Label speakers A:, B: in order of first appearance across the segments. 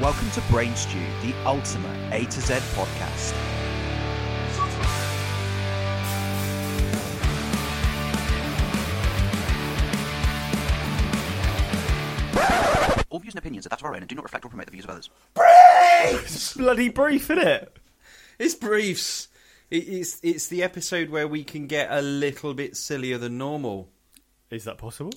A: Welcome to Brain Stew, the ultimate A to Z podcast. All views and opinions are that of our own and do not reflect or promote the views of others.
B: It's bloody brief, isn't it?
C: It's briefs. It, it's it's the episode where we can get a little bit sillier than normal.
B: Is that possible?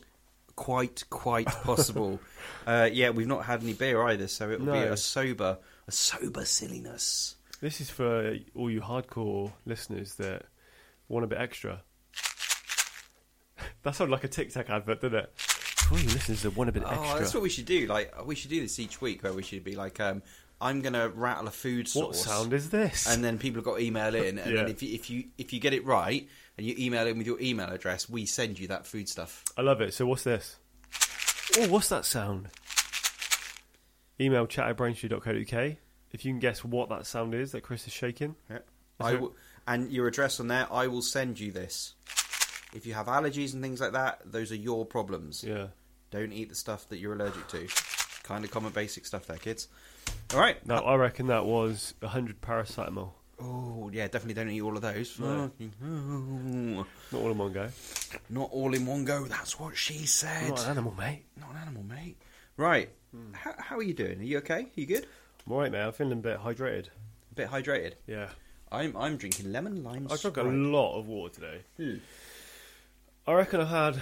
C: Quite, quite possible. uh, yeah, we've not had any beer either, so it'll be
B: No.
C: a sober, a sober silliness.
B: This is for all you hardcore listeners that want a bit extra. that sounded like a Tic Tac advert, didn't it? For all you listeners that want a bit
C: Oh, that's
B: extra.
C: what we should do. Like we should do this each week, where we should be like, um, I'm gonna rattle a food
B: What
C: source.
B: sound is this?
C: and then people have got to email in, and then
B: Yeah.
C: if you, if you if you get it right and you email in with your email address, we send you that food stuff.
B: I love it. So what's this? Oh, what's that sound? Email chat at braintree.co.uk. If you can guess what that sound is that Chris is shaking.
C: Yeah. I
B: there-
C: w- and your address on there, I will send you this. If you have allergies and things like that, those are your problems.
B: Yeah.
C: Don't eat the stuff that you're allergic to. Kind of common basic stuff there, kids. All right.
B: Now, I reckon that was 100 paracetamol.
C: Oh, yeah, definitely don't eat all of those.
B: No.
C: Fucking-
B: Not all in one go.
C: Not all in one go, that's what she said.
B: Not an Hmm. animal, mate.
C: Not an animal, mate. Right. How, how are you doing? Are you okay? You good?
B: I'm alright, mate. I'm feeling a bit hydrated.
C: A bit hydrated.
B: Yeah.
C: I'm I'm drinking lemon lime.
B: I drank a
C: Sprite.
B: lot of water today.
C: Hmm.
B: I reckon I had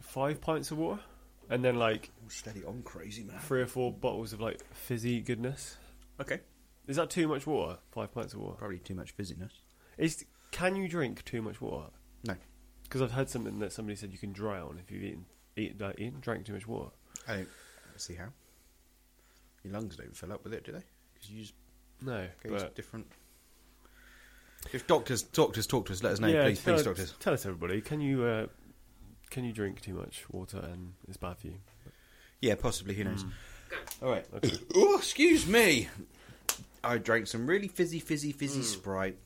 B: five pints of water and then like
C: Oh, steady on, crazy man.
B: three or four bottles of like fizzy goodness.
C: Okay,
B: Is that too much water? Five pints of water.
C: probably too much fizziness.
B: Is can you drink too much water?
C: No,
B: Because I've heard something that somebody said you can drown if you've eaten, eaten, like, eaten drank too much water.
C: I don't see how. Your lungs don't fill up with it, do they? Because you just
B: No,
C: go to
B: but
C: different. If doctors doctors talk to us, let us know,
B: yeah,
C: please,
B: tell,
C: please, doctors.
B: tell us everybody. Can you uh, can you drink too much water and it's bad for you?
C: Yeah, possibly. Who knows?
B: Hmm.
C: All right. oh, excuse me. I drank some really fizzy, fizzy,
B: Hmm.
C: fizzy Sprite.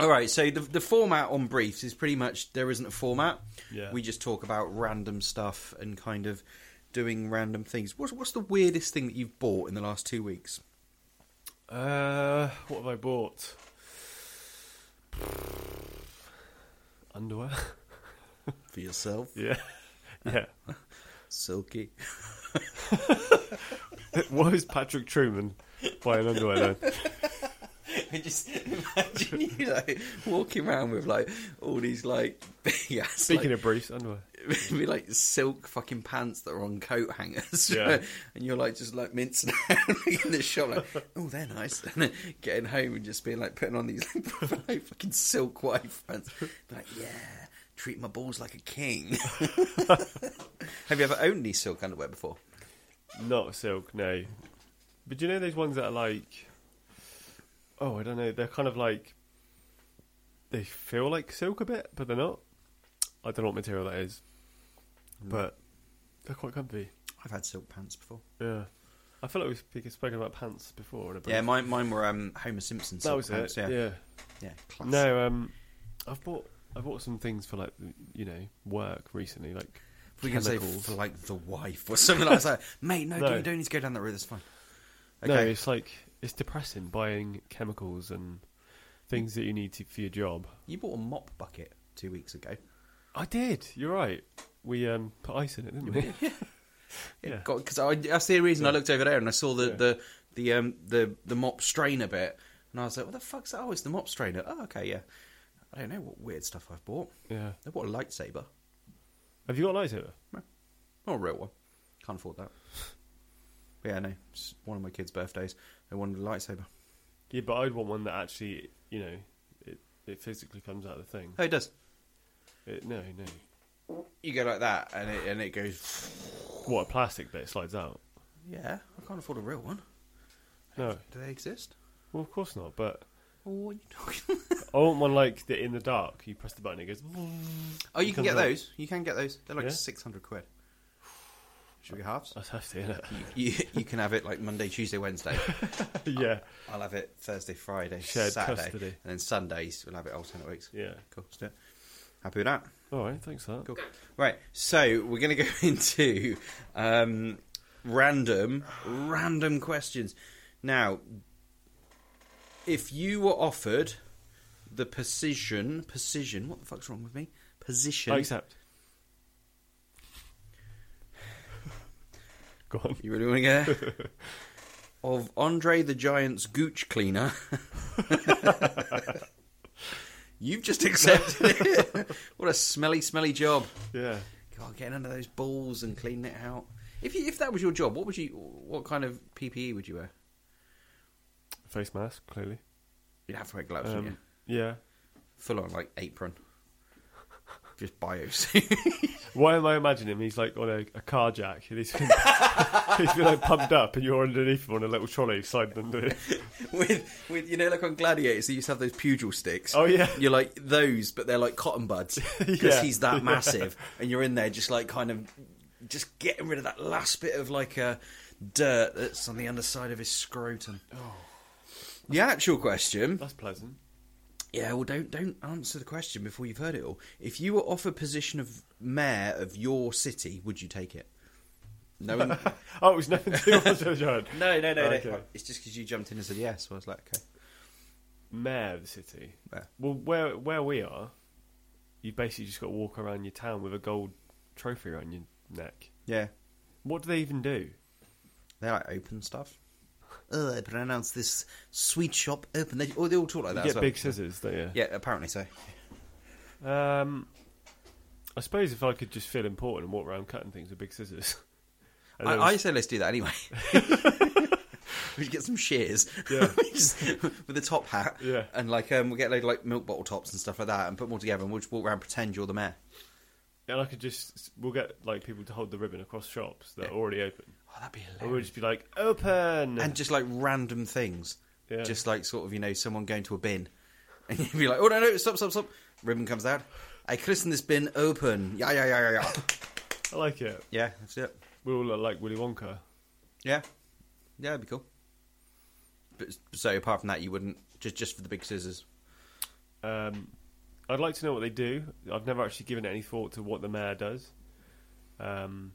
C: All right. So the the format on briefs is pretty much there isn't a format.
B: Yeah.
C: We just talk about random stuff and kind of doing random things. What's what's the weirdest thing that you've bought in the last two weeks?
B: Uh, what have I bought? Underwear.
C: For yourself,
B: yeah, yeah.
C: silky.
B: Why is Patrick Truman buying underwear then?
C: I just imagine you like walking around with like all these like big ass,
B: Speaking
C: like,
B: of briefs, underwear.
C: It'd be like silk fucking pants that are on coat hangers.
B: Yeah.
C: and you're like just like mincing around in the shop, like, oh, they're nice. And then getting home and just being like putting on these like, fucking silk white pants. Be like, yeah, treat my balls like a king. Have you ever owned these silk underwear before?
B: Not silk, no. But do you know those ones that are like, oh, I don't know. They're kind of like, they feel like silk a bit, but they're not. I don't know what material that is, but they're quite comfy.
C: I've had silk pants before.
B: Yeah, I feel like we've speak- spoken about pants before. In a brief.
C: Yeah, mine, mine were um, Homer Simpson
B: that
C: silk
B: was
C: pants.
B: it. Yeah.
C: Yeah, yeah, classic.
B: No, um, I've bought I bought some things for like you know work recently, like
C: we can say
B: chemicals.
C: for like the wife or something like that. Mate, no,
B: No.
C: You don't need to go down that road. That's fine.
B: No, it's like it's depressing buying chemicals and things that you need to, for your job.
C: You bought a mop bucket two weeks ago.
B: I did. You're right. We um put ice in it, didn't we? Yeah.
C: Because I that's the reason I looked over there and I saw the
B: Yeah.
C: the the um the the mop strainer bit, and I was like, "What the fuck's that? Oh, it's the mop strainer. Oh, okay, yeah. I don't know what weird stuff I've bought.
B: yeah.
C: I bought a lightsaber,
B: Have you got a lightsaber?
C: not a real one. Can't afford that. But yeah, no. It's one of my kids' birthdays. They wanted a lightsaber.
B: Yeah, but I'd want one that actually you know it it physically comes out of the thing.
C: Oh, it does.
B: It, no, no.
C: You go like that, and it and it goes.
B: What a plastic bit slides out.
C: Yeah, I can't afford a real one.
B: No,
C: Do they exist?
B: well of course not. But
C: Or what are you talking?
B: I want one like that in the dark. You press the button, it goes.
C: oh, you can
B: Comes
C: get
B: out.
C: those. You can get those. They're like
B: Yeah? Uh,
C: six hundred quid. Should we go halves?
B: That's hefty, isn't it?
C: you, you can have it like Monday, Tuesday, Wednesday.
B: yeah,
C: I'll have it Thursday, Friday,
B: Shared
C: Saturday,
B: custody.
C: and then Sundays we'll have it alternate weeks.
B: yeah.
C: Cool, let's do it. Happy with that?
B: All right, thanks for that.
C: Cool. Right, so we're going to go into um, random, random questions. Now, if you were offered the position, position, what the fuck's wrong with me? Position.
B: I accept. Go on.
C: You really want to get it? of Andre the Giant's gooch cleaner. You've just accepted it. what a smelly, smelly job.
B: Yeah.
C: God, getting under those balls and cleaning it out. If you, if that was your job, what would you? What kind of PPE would you wear?
B: Face mask, clearly.
C: You'd have to wear gloves, wouldn't
B: Um,
C: you?
B: yeah.
C: Full on like apron, just biosuit.
B: Why am I imagining him? He's like on a, a car jack and he's been, he's been like pumped up and you're underneath him on a little trolley sliding under it.
C: with with you know like on Gladiators, they used to have those pugil sticks.
B: Oh, yeah.
C: you're like those, but they're like cotton buds because
B: Yeah.
C: he's that massive, and you're in there just like kind of just getting rid of that last bit of like uh, dirt that's on the underside of his scrotum.
B: Oh.
C: The actual question,
B: That's pleasant.
C: yeah, well, don't don't answer the question before you've heard it all. If you were offered position of mayor of your city, would you take it? No, no,
B: Oh, it was nothing to do with the giant.
C: no, no, no.
B: Okay.
C: It's just because you jumped in and said yes. So I was like, okay.
B: Mayor of the city.
C: Mayor.
B: Well, where where we are, you basically just got to walk around your town with a gold trophy around your neck.
C: Yeah,
B: What do they even do?
C: They like open stuff. Oh, I pronounce this sweet shop open. They, oh, they all talk like
B: You
C: that.
B: get
C: as well.
B: big scissors, don't you?
C: Yeah, apparently so.
B: Um, I suppose if I could just feel important and walk around cutting things with big scissors. And
C: I,
B: then-
C: I say let's do that anyway. we should get some shears.
B: Yeah.
C: We just- with a top hat.
B: Yeah.
C: And like, um, we'll get a load of like milk bottle tops and stuff like that and put them all together and we'll just walk around and pretend you're the mayor.
B: and I could just we'll get like people to hold the ribbon across shops that are already open,
C: Oh, that'd be hilarious.
B: and we'll just be like, "Open!"
C: And just like random things.
B: Yeah.
C: Just like sort of, you know, someone going to a bin. And you'd be like, oh, no, no, stop, stop, stop. Ribbon comes out. I christen this bin open. Yeah, yeah, yeah, yeah, yeah.
B: I like it.
C: yeah, that's it.
B: We all look like Willy Wonka.
C: Yeah, yeah, that'd be cool. But so apart from that, you wouldn't just just for the big scissors.
B: Um, I'd like to know what they do. I've never actually given any thought to what the mayor does. Um,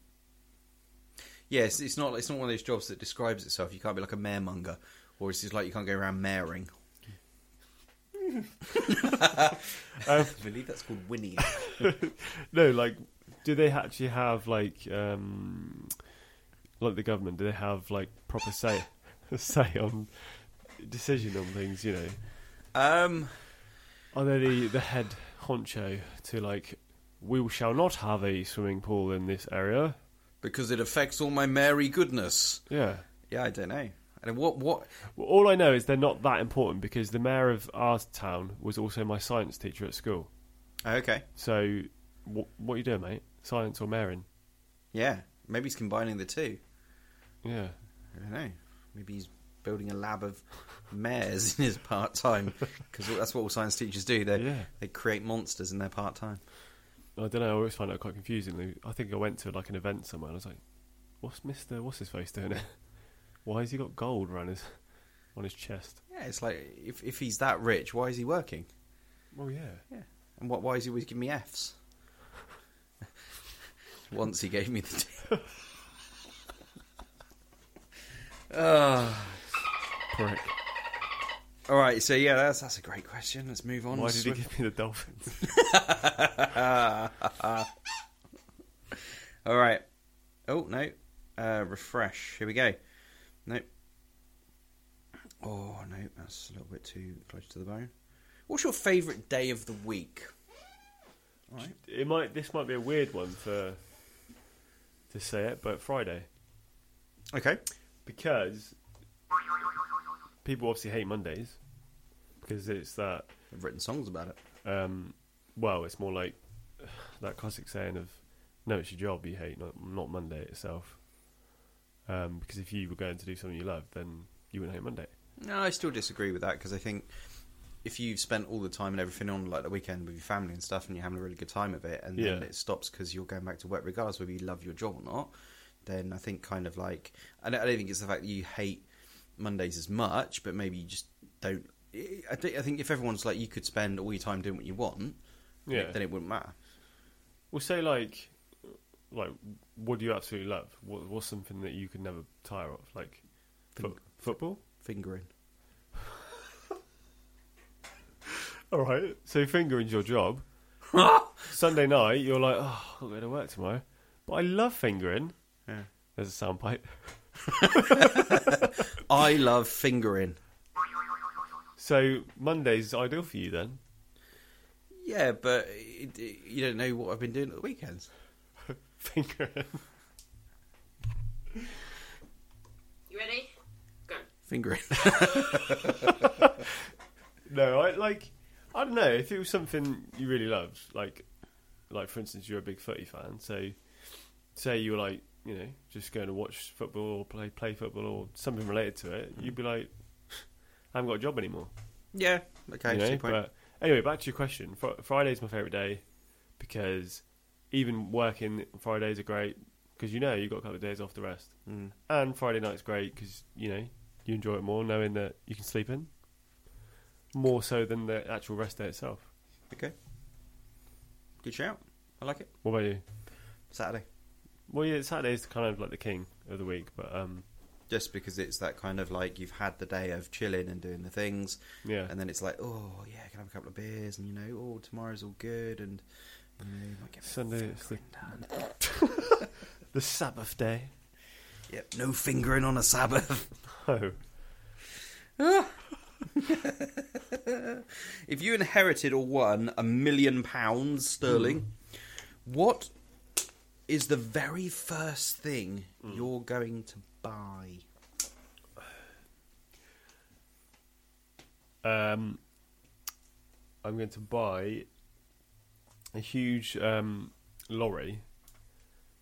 C: Yes, it's not it's not one of those jobs that describes itself. You can't be like a maremonger, or it's just like you can't go around maring. I believe that's called Winnie.
B: no, like, do they actually have like, um, like the government? Do they have like proper say, say on decision on things? You know,
C: um,
B: are they the, the head honcho to like, we shall not have a swimming pool in this area?
C: because it affects all my merry goodness.
B: Yeah.
C: Yeah, I don't know. And what what?
B: Well, all I know is they're not that important because the mayor of our town was also my science teacher at school.
C: oh, okay,
B: So, wh- what you doing, mate? Science or Marin?
C: yeah, maybe he's combining the two.
B: Yeah.
C: I don't know. Maybe he's building a lab of mares in his part time because that's what all science teachers do. They
B: Yeah.
C: they create monsters in their part time.
B: I don't know. I always find that quite confusing. I think I went to like an event somewhere and I was like, "What's Mister? What's his face doing it? Why has he got gold around his on his chest?"
C: Yeah, it's like if if he's that rich, why is he working?
B: Well, yeah.
C: Yeah, and what? Why is he always giving me Fs? Once he gave me the. T- Ah.
B: Prick.
C: all right, so yeah, that's that's a great question. Let's move on.
B: Why did he
C: Swift-
B: give me the dolphins?
C: All right. Oh no. Uh, refresh. Here we go. Nope. Oh no, that's a little bit too close to the bone. What's your favourite day of the week?
B: it might. This might be a weird one for to say it, but Friday
C: Okay.
B: because people obviously hate Mondays because it's that
C: I've written songs about it.
B: um, well, it's more like that classic saying of, "No, it's your job you hate, not not Monday itself." Um, because if you were going to do something you love, then you wouldn't hate Monday.
C: No, I still disagree with that because I think if you've spent all the time and everything on like the weekend with your family and stuff, and you're having a really good time of it, and then
B: Yeah.
C: it stops because you're going back to work, regardless whether you love your job or not, then I think kind of like I don't, I don't think it's the fact that you hate Mondays as much, but maybe you just don't. I- I think, I think if everyone's like you could spend all your time doing what you want,
B: Yeah.
C: then it wouldn't matter.
B: Well, say like like what do you absolutely love? What, what's something that you could never tire of? Like fo-
D: Think-
B: football.
D: Fingering.
B: All right. So fingering's your job. Sunday night, you're like, oh, I've got to go to work tomorrow, but I love fingering.
D: Yeah.
B: There's a soundbite.
D: I love fingering.
B: So Monday's ideal for you then.
C: Yeah, but it, it- you don't know what I've been doing at the weekends.
B: Fingering.
E: You ready? Go.
C: Fingering.
B: No, I like. I don't know if it was something you really loved. Like, like for instance, you're a big footy fan. So, say you were like, you know, just going to watch football or play play football or something related to it. You'd be like, I haven't got a job anymore.
C: yeah. Okay.
B: you know?
C: two point.
B: But anyway, back to your question. Fr- Friday's my favourite day because even working Fridays are great because you know you've got a couple of days off the rest,
D: Mm.
B: and Friday night's great because you know you enjoy it more knowing that you can sleep in more so than the actual rest day itself.
C: Okay. Good shout. I like it.
B: What about you?
D: Saturday.
B: Well, yeah, Saturday's kind of like the king of the week, but um,
D: Just because it's that kind of like you've had the day of chilling and doing the things,
B: yeah,
D: and then it's like, oh yeah, I can have a couple of beers, and you know, oh tomorrow's all good, and you know, might get
B: Sunday it's the the Sabbath day.
D: Yep, no fingering on a Sabbath.
B: Oh,
C: If you inherited or won a million pounds sterling,
B: Hmm.
C: what is the very first thing
B: Hmm.
C: you're going to buy?
B: um, I'm going to buy a huge um, lorry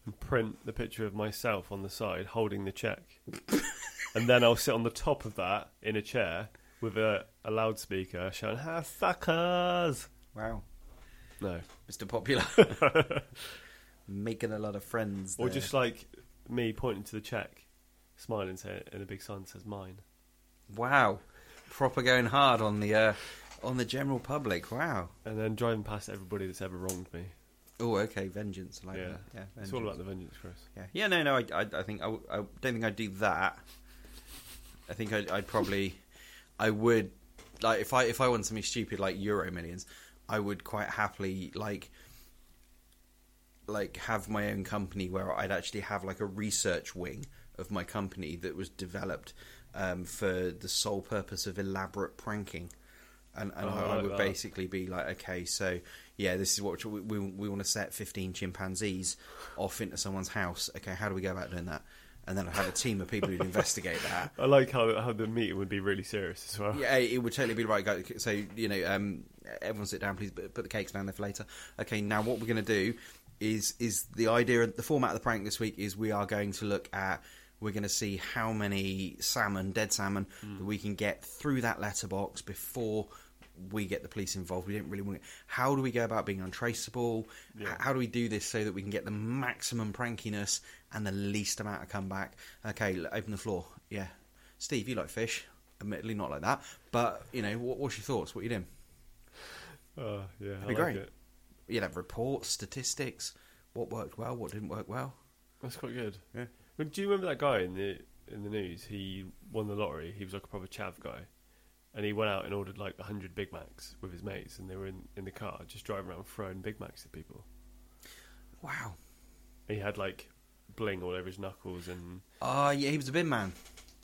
B: and print the picture of myself on the side holding the check, and then I'll sit on the top of that in a chair with a, a loudspeaker shouting "Ha suckers!"
C: Wow,
B: No,
C: Mr. Popular, making a lot of friends.
B: or
C: there.
B: just like me pointing to the check, smiling, saying, and a big sign that says "Mine."
C: wow, proper going hard on the uh, on the general public. Wow.
B: and then driving past everybody that's ever wronged me.
C: Oh, okay, vengeance. I like
B: yeah,
C: that. Yeah, vengeance.
B: it's all about the vengeance, Chris.
C: Yeah, yeah, no, no. I, I, I think I, w- I don't think I'd do that. I think I'd, I'd probably, I would, like if I if I won something stupid like Euro Millions, I would quite happily like, like have my own company where I'd actually have like a research wing of my company that was developed um, for the sole purpose of elaborate pranking. And, and
B: Oh, I
C: I,
B: like
C: would
B: that.
C: basically be like, okay, so yeah, this is what we, we, we want to set 15 chimpanzees off into someone's house. Okay, how do we go about doing that? And then I'd have a team of people who'd investigate that.
B: I like how how the meeting would be really serious as well.
C: Yeah, it would totally be right. Go, so you know, um, everyone sit down, please. Put put the cakes down there for later. Okay, now what we're going to do is is the idea, the format of the prank this week is we are going to look at. We're going to see how many salmon, dead salmon,
B: Hmm.
C: that we can get through that letterbox before we get the police involved. We don't really want. It. How do we go about being untraceable? H-
B: Yeah.
C: How do we do this so that we can get the maximum prankiness and the least amount of comeback? Okay, l- open the floor. Yeah, Steve, you like fish. Admittedly, not like that. But, you know, what, what's your thoughts? What are you doing?
B: Oh, yeah, I like
C: be great.
B: it.
C: You'll have reports, statistics, what worked well, what didn't work well.
B: That's quite good.
C: Yeah.
B: Well, Do you remember that guy in the in the news? He won the lottery. He was like a proper chav guy, and he went out and ordered like hundred Big Macs with his mates, and they were in, in the car just driving around throwing Big Macs at people.
C: Wow.
B: And he had like bling all over his knuckles, and
C: Ah, yeah, he was a bin man.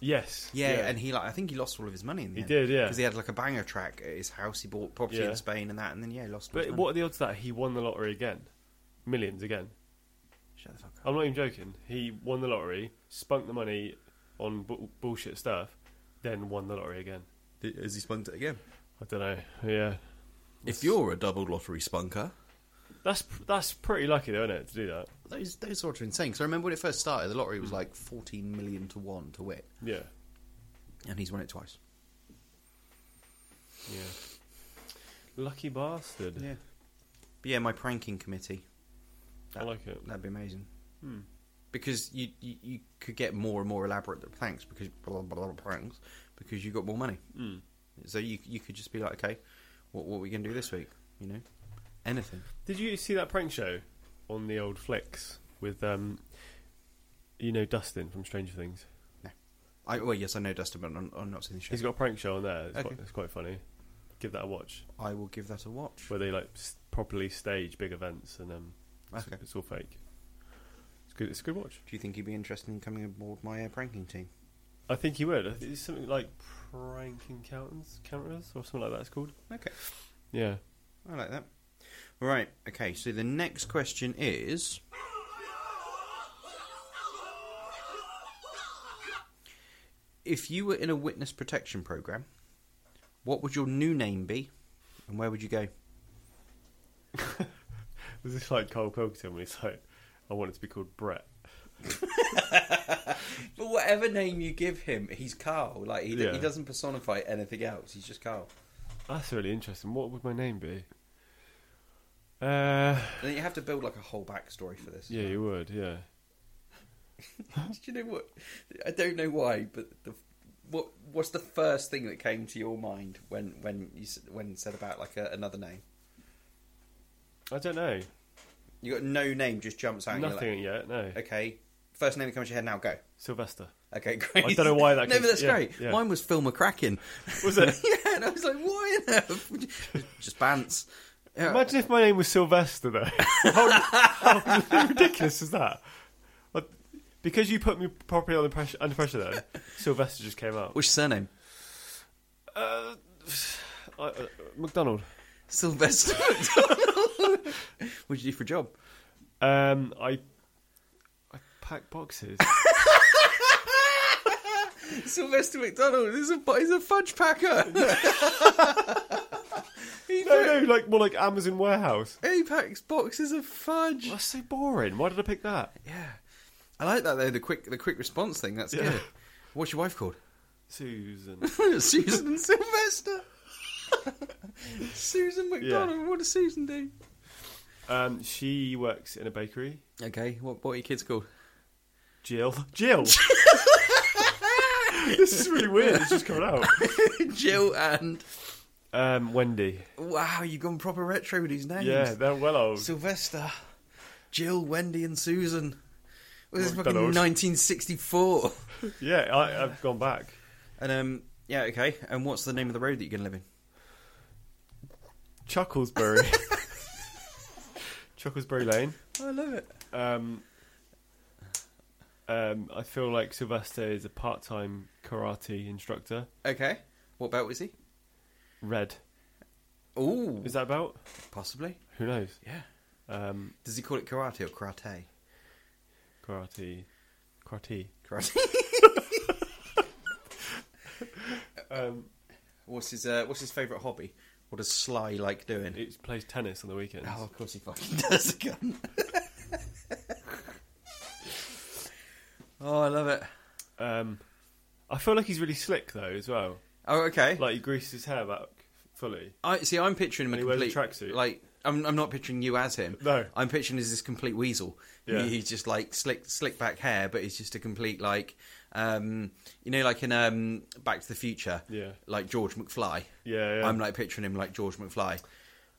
B: yes,
C: Yeah, and he like I think he lost all of his money in the
B: He
C: end.
B: did, yeah.
C: because he had like a banger track at his house. He bought property
B: Yeah.
C: in Spain and that, and then yeah, he lost. all his
B: But
C: money.
B: what are the odds that he won the lottery again? Millions again.
C: Shut the fuck up.
B: I'm not even joking. He won the lottery, spunk the money on bu- bullshit stuff, then won the lottery again.
C: Has he spunked it again?
B: I don't know. Yeah,
C: If you're a double lottery spunker,
B: that's that's pretty lucky though, isn't it, to do that?
C: those those sorts are insane. Because I remember when it first started, the lottery was
B: Mm.
C: like 14 million to one to win,
B: Yeah,
C: and he's won it twice.
B: yeah. Lucky bastard.
C: but yeah, my pranking committee.
B: I like it.
C: That'd be amazing.
B: Hmm.
C: Because you, you you could get more and more elaborate the pranks because blah, blah, blah, pranks because you got more money.
B: Mm.
C: So you you could just be like, okay, what what are we gonna do this week? You know, anything.
B: Did you see that prank show on the old flicks with, um, you know, Dustin from Stranger Things.
C: I, well, yes, I know Dustin, but I'm, I'm not seeing the show.
B: He's got a prank show on there. It's,
C: Okay.
B: quite, it's quite funny. Give that a watch,
C: I will give that a watch.
B: where they like s- properly stage big events, and um, it's,
C: Okay.
B: it's all fake. It's good. It's a good watch.
C: Do you think he'd be interested in coming aboard my uh, pranking team?
B: I think he would. I think it's something like prank encounters, cameras, or something like that. It's called.
C: Okay,
B: Yeah.
C: I like that. Right. Okay. So the next question is. If you were in a witness protection program, what would your new name be, and where would you go?
B: Was this like Cole Pilkington when he's like, I want it to be called Brett?
F: But whatever name you give him, he's Carl. Like he,
B: Yeah.
F: he doesn't personify anything else. He's just Carl.
B: That's really interesting. What would my name be? Uh,
F: And you have to build like a whole backstory for this.
B: yeah, you would. Yeah.
F: Do you know what? I don't know why, but the what what's the first thing that came to your mind when when you s- when you said about like a, another name?
B: I don't know.
C: You got no name, just jumps out. And
B: Nothing
C: you're
B: yet. No.
C: like, okay. First name that comes to your head now. Go.
B: Sylvester.
F: Okay, great.
B: I don't know why that
C: No,
B: comes-
C: but that's
B: yeah,
C: great.
B: yeah.
C: Mine was Phil McCracken.
B: Was it?
C: yeah, and I was like, why? in the- Just pants. Yeah.
B: Imagine if my name was Sylvester, though. how, how ridiculous is that? But because you put me properly under pressure, under pressure though, Sylvester just came out.
C: What's your surname?
B: Uh, I, uh, McDonald.
C: Sylvester McDonald. What'd you do for a job?
B: Um, I, I pack boxes.
F: Sylvester McDonald is a he's a fudge packer. he,
B: no,
F: pa-
B: no, like more like Amazon warehouse.
F: he packs boxes of fudge.
B: That's so boring. Why did I pick that?
C: Yeah. I like that though. The quick, the quick response thing. That's
B: Yeah.
C: good. What's your wife called?
B: Susan.
C: Susan and Sylvester.
F: Susan McDonald, what does Susan do?
B: Um, she works in a bakery.
C: Okay. What, what are your kids called?
B: Jill. Jill. this is really weird. It's just coming out.
C: Jill and.
B: Um, Wendy.
C: Wow, you've gone proper retro with these names.
B: Yeah, they're well old.
C: Sylvester, Jill, Wendy, and Susan. Well, This is fucking
B: McDonald's.
C: 1964.
B: yeah, I, I've gone back.
C: And um, yeah, okay. And what's the name of the road that you're going to live in?
B: Chucklesbury. Chucklesbury Lane.
C: I love it.
B: Um, um, I feel like Sylvester is a part-time karate instructor.
C: Okay. What belt is he?
B: Red.
C: Ooh,
B: Is that about?
C: possibly.
B: Who knows?
C: Yeah.
B: Um,
C: Does he call it karate or karate?
B: karate. Karate.
C: Karate.
B: Um,
C: what's his uh, What's his favourite hobby? What does Sly like doing?
B: it plays tennis on the weekends.
C: Oh, of course he fucking does again. oh, I love it.
B: Um, I feel like he's really slick though as well.
C: Oh, okay.
B: Like he greases his hair back fully.
C: I see. I'm picturing him a
B: And he wears a
C: complete
B: tracksuit.
C: Like I'm, I'm not picturing you as him.
B: No.
C: I'm picturing as this complete weasel.
B: Yeah.
C: He, he's just like slick, slick back hair, but he's just a complete like, um, you know, like in um, Back to the Future.
B: Yeah.
C: Like George McFly.
B: Yeah, yeah.
C: I'm like picturing him like George McFly,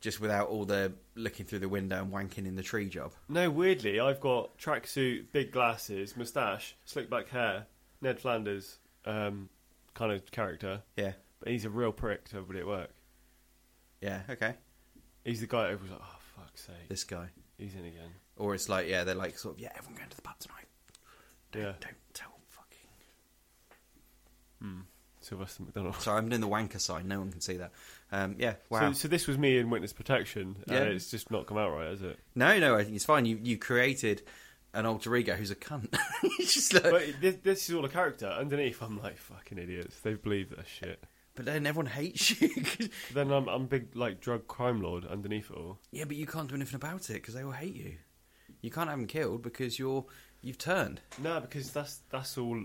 C: just without all the looking through the window and wanking in the tree job.
B: No, weirdly, I've got tracksuit, big glasses, moustache, slick back hair, Ned Flanders um, kind of character.
C: Yeah.
B: But he's a real prick to everybody at work.
C: Yeah. Okay.
B: He's the guy everyone's like, oh, fuck's sake.
C: This guy.
B: He's in again.
C: Or it's like, yeah, they're like sort of, yeah, everyone going to the pub tonight.
B: Yeah.
C: Don't tell fucking.
B: Sylvester McDonald.
C: Sorry, I'm doing the wanker sign. No one can see that. Um, yeah. Wow.
B: So, so this was me in witness protection,
C: Yeah.
B: and it's just not come out right, has it?
C: No, no, I think it's fine. You you created an alter ego who's a cunt. it's just like,
B: But
C: but,
B: this, this is all a character. Underneath, I'm like fucking idiots. They believe that shit.
C: then everyone hates you. 'cause-
B: But then I'm I'm big like drug crime lord underneath it all.
C: yeah, but you can't do anything about it because they all hate you. You can't have them killed because you're you've turned.
B: No, because that's that's all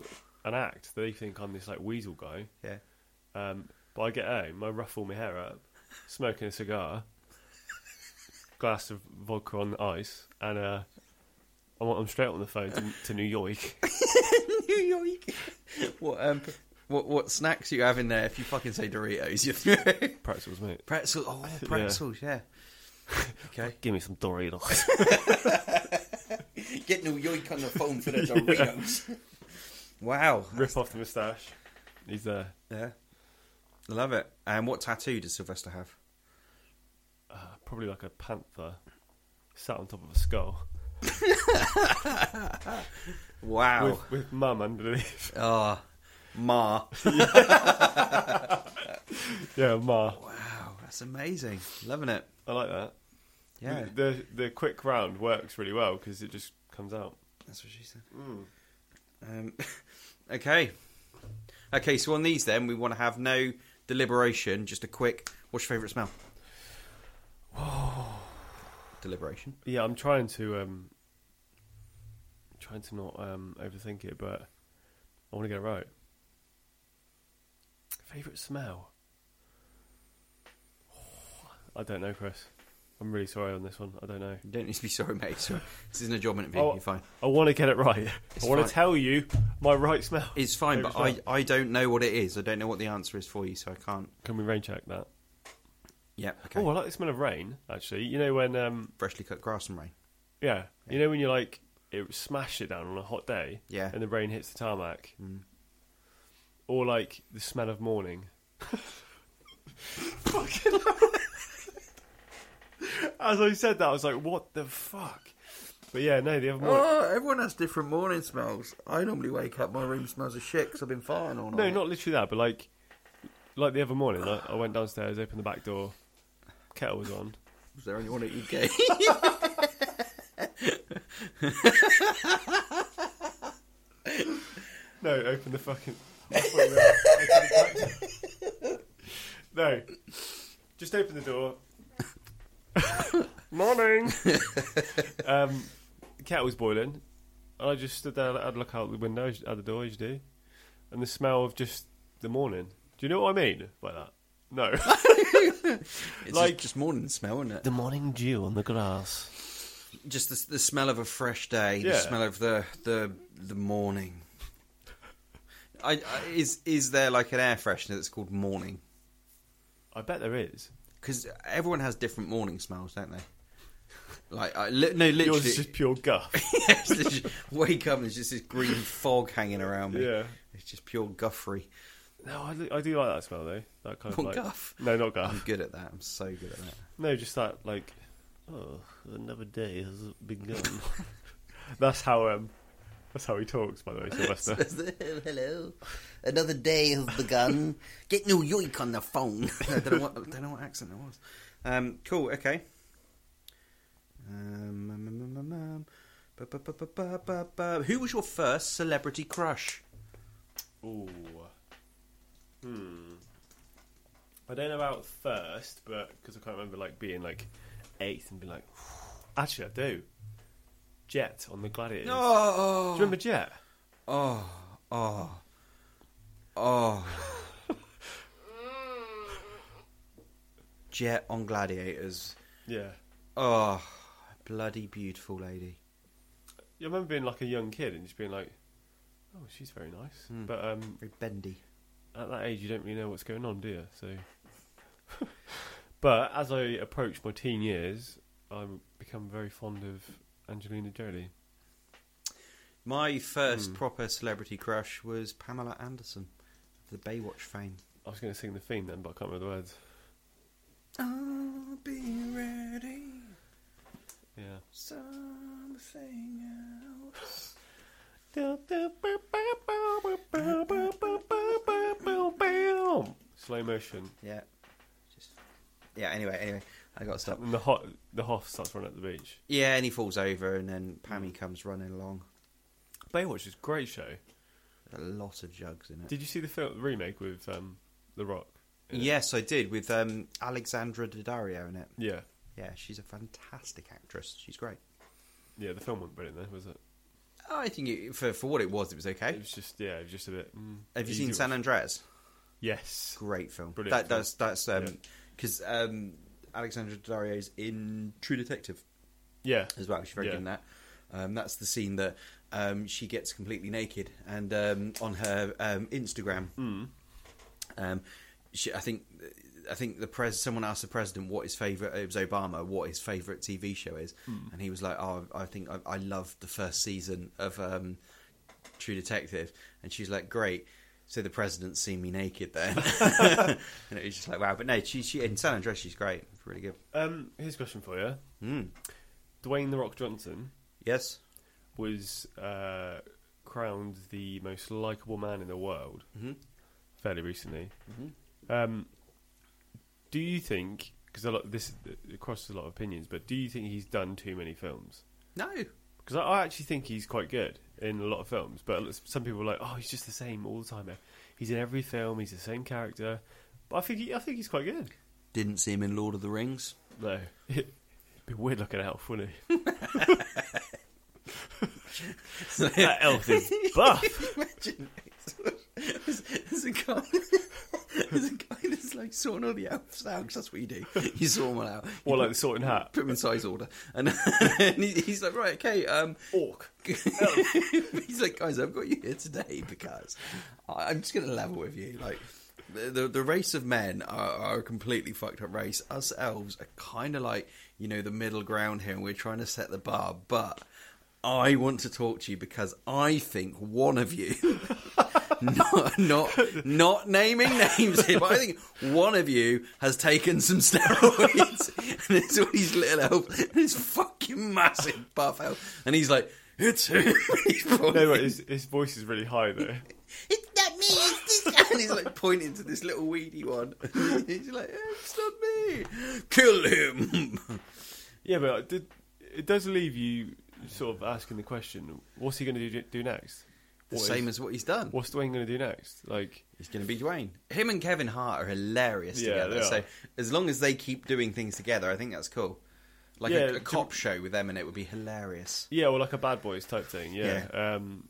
B: an act. They think I'm this like weasel guy.
C: Yeah.
B: Um, but I get home, I ruffle my hair up, smoking a cigar, glass of vodka on ice, and uh, I'm, I'm straight on the phone to, to New York.
C: what um what what snacks you have in there? If you fucking say Doritos, you through.
B: Pretzels, mate.
C: pretzel. Oh, pretzels. Yeah. Okay.
B: Give me some Doritos.
F: getting all yoink on the phone for the Doritos.
C: Wow.
B: Rip off the moustache. He's uh, there.
C: Yeah. I love it. And what tattoo does Sylvester have?
B: Uh, probably like a panther sat on top of a skull
C: Wow.
B: with, with mum underneath.
C: Ah, Ma.
B: yeah, ma.
C: Wow, that's amazing. Loving it.
B: I like that.
C: Yeah,
B: The the, the quick round works really well because it just comes out.
C: that's what she said.
B: Mm.
C: Um, okay. Okay, so on these then, we want to have no deliberation, just a quick, what's your favourite smell? Deliberation.
B: Yeah, I'm trying to um, trying to not um, overthink it, but I want to get it right. Favorite smell? I don't know, Chris. I'm really sorry on this one. I don't know.
C: You don't need to be sorry, mate. So this isn't a job interview.
B: Oh.
C: You're fine.
B: I want to get it right.
C: It's
B: I want
C: fine.
B: to tell you my right smell.
C: It's fine,
B: Favourite
C: but I,
B: smell.
C: I don't know what it is. I don't know what the answer is for you, so I can't.
B: Can we rain check that?
C: Yeah, okay.
B: Oh, I like the smell of rain. Actually, you know when um,
C: Freshly cut grass and rain.
B: yeah, you know when you like it smash it down on a hot day.
C: Yeah.
B: And the rain hits the tarmac.
C: Mm.
B: Or like the smell of morning. Fucking hell. As I said that, I was like, "What the fuck?" But yeah, no, the other morning.
F: oh, everyone has different morning smells. I normally wake up, my room smells of shit because I've been farting all night.
B: No, not literally that, but like, like the other morning, I, I went downstairs, opened the back door, kettle was on.
F: Was there anyone at UK?
B: No, open the fucking. Open the back door. no, just open the door. Morning. um, kettle was boiling, and I just stood there. I had a look out the window, as- out the door, as you do, and the smell of just the morning. Do you know what I mean by that? No.
C: It's
B: Like-
C: like, just morning smell, isn't it?
B: morning dew on the grass.
C: just the, the smell of a fresh day, the
B: Yeah.
C: smell of the the the morning. I, I is is there like an air freshener that's called morning?
B: I bet there is.
C: Because everyone has different morning smells, don't they? Like I, li- no, literally,
B: Yours is just pure guff.
C: It's just- wake up and there's just this green fog hanging around me.
B: Yeah.
C: it's just pure guffrey.
B: no, I, li- I do like that smell though. That kind of
C: Not
B: like
C: guff.
B: No, not guff.
C: I'm good at that. I'm so good at that.
B: No, just that, like, oh, another day has begun. that's how um, that's how he talks, by the way, Sylvester.
F: Hello. Another day has begun. Get no yoink on the phone.
C: I don't know what, I don't know what accent that was. Um, cool. Okay. Um, um, um, um, um, um, ba, ba, ba, ba, ba, ba, ba. Who was your first celebrity crush?
B: Ooh, hmm. I don't know about first, but because I can't remember like being like eighth and being like, actually, I do. Jet on the Gladiators. Do
C: Oh,
B: you remember Jet?
C: oh, oh, oh. Jet on gladiators.
B: Yeah.
C: Oh, bloody beautiful lady.
B: I remember being like a young kid and just being like, oh, she's very nice,
C: Hmm.
B: but um,
C: Very bendy.
B: at that age, you don't really know what's going on, do you? So, but as I approach my teen years, I become very fond of Angelina Jolie.
C: My
F: Hmm.
C: first proper celebrity crush was Pamela Anderson, the Baywatch fame.
B: I was going to sing the theme then, but I can't remember the words.
F: I'll be ready.
B: Yeah.
F: Something else.
B: Slow motion.
C: Yeah. Just yeah. Anyway, anyway, I got to stop.
B: And the hot, the Hoff starts running up the beach.
C: Yeah, and he falls over, and then
F: Mm.
C: Pammy comes running along.
B: Baywatch is a great show.
C: With A lot of jugs in it.
B: Did you see the film the remake with um, The Rock? in it?
C: yes, I did with um, Alexandra Daddario in it.
B: Yeah.
C: Yeah, she's a fantastic actress. She's great.
B: Yeah, the film wasn't brilliant though, was it?
C: I think it, for for what it was, it was
B: It
C: okay.
B: was just, yeah, it was just a bit. Mm,
C: Have you
B: easy
C: seen
B: watch.
C: San Andreas?
B: Yes.
C: Great film.
B: Brilliant
C: that
B: film.
C: that's that's um
B: Yeah.
C: because um, Alexandra Daddario's in True Detective.
B: Yeah.
C: as well. She's very
B: Yeah.
C: good in that. Um, that's the scene that um, she gets completely naked, and um, on her um, Instagram, um, she, I think I think the pres someone asked the president what his favorite it was Obama what his favorite TV show is, and he was like, "Oh, I think I, I loved the first season of um, True Detective," and she's like, "Great." So the president's seen me naked then, and it was just like wow. But no, she, she in San Andreas she's great, it's really good.
B: Um, here's a question for you.
C: Mm.
B: Dwayne the Rock Johnson
C: Yes,
B: was uh, crowned the most likable man in the world
C: Mhm.
B: fairly recently.
C: Mm-hmm.
B: Um, do you think? Because a lot this across a lot of opinions, but do you think he's done too many films?
C: no,
B: Because I, I actually think he's quite good in a lot of films, but some people are like, "Oh, he's just the same all the time. eh? He's in every film. He's the same character." But I think he, I think he's quite good.
C: didn't see him in Lord of the Rings.
B: No, it'd be weird looking at Elf, wouldn't it? that Elf is buff.
F: Imagine there's, there's a guy, there's a guy that's like sorting all the elves out 'cause that's what you do. You sort them all out. You
B: Or like
F: put-
B: the Sorting Hat.
F: Put them in size order, and, and he, he's like, right, okay. Um,
B: Orc.
F: he's like, guys, I've got you here today because I- I'm just going to level with you. Like, the the, the race of men are, are a completely fucked up race. Us elves are kind of like you know the middle ground here, and we're trying to set the bar. But I want to talk to you because I think one of you. Not, not, not naming names here, but I think one of you has taken some steroids, and it's all these little elves, and this fucking massive buff elf, and he's like, "It's him." He's
B: No,
F: pointing.
B: but his, his voice is really high though.
F: It's not me, it's this guy. and he's like pointing to this little weedy one. he's like, it's not me. Kill him.
B: Yeah, but it, did, it does leave you sort of asking the question: What's he going to do, do next?
C: The
B: What
C: same
B: is-
C: as what he's done.
B: what's Dwayne going to do next? Like,
C: He's going to be Dwayne. Him and Kevin Hart are hilarious
B: Yeah,
C: together.
B: they
C: So
B: are.
C: as long as they keep doing things together, I think that's cool. Like
B: Yeah,
C: a, a
B: to-
C: cop show with them in it would be hilarious.
B: yeah, or like a Bad Boys type thing. Yeah, Um,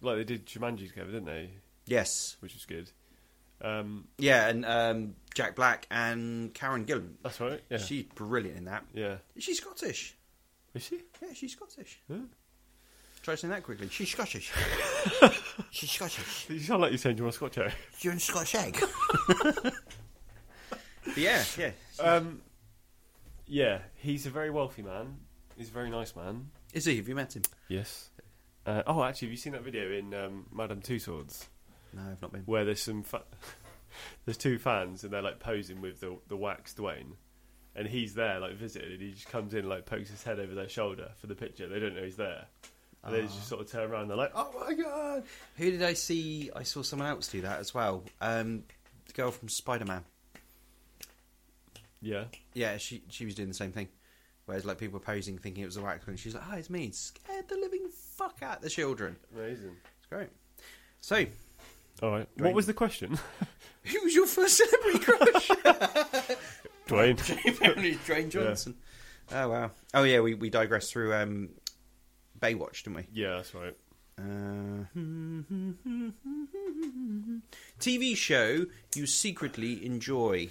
B: like they did Jumanji together, didn't they?
C: Yes.
B: Which was good. Um,
C: Yeah, and um, Jack Black and Karen Gillan.
B: that's right. Yeah,
C: She's brilliant in that.
B: yeah.
C: She's Scottish.
B: Is she?
C: Yeah, she's Scottish.
B: Huh?
C: Try saying that quickly. She's Scottish. she's Scottish.
B: You sound like you're saying you want a Scotch egg.
C: You're in Scottish egg. But yeah, yeah.
B: Um, yeah, he's a very wealthy man. He's a very nice man.
C: Is he? Have you met him?
B: Yes. Uh, oh, actually, have you seen that video in um, Madame Two Swords
C: No, I've not been.
B: where there's some fa- there's two fans and they're like posing with the the wax Dwayne, and he's there like visiting, and he just comes in like pokes his head over their shoulder for the picture. They don't know he's there. And they just sort of turn around. They're like, "Oh my god!"
C: Who did I see? I saw someone else do that as well. Um, the girl from Spider Man.
B: Yeah,
C: Yeah, she she was doing the same thing. Whereas like people were posing, thinking it was a wax, and she's like, "Oh, it's me!" Scared the living fuck out the children.
B: amazing.
C: It's great. So,
B: All right.
C: Dwayne.
B: What was the question,
F: Who was your first celebrity crush?
B: Dwayne?
F: Apparently, Dwayne
C: Johnson. Oh wow. Oh yeah, we we digressed through um, Baywatch, didn't we?
B: yeah, that's right.
C: Uh, TV show you secretly enjoy.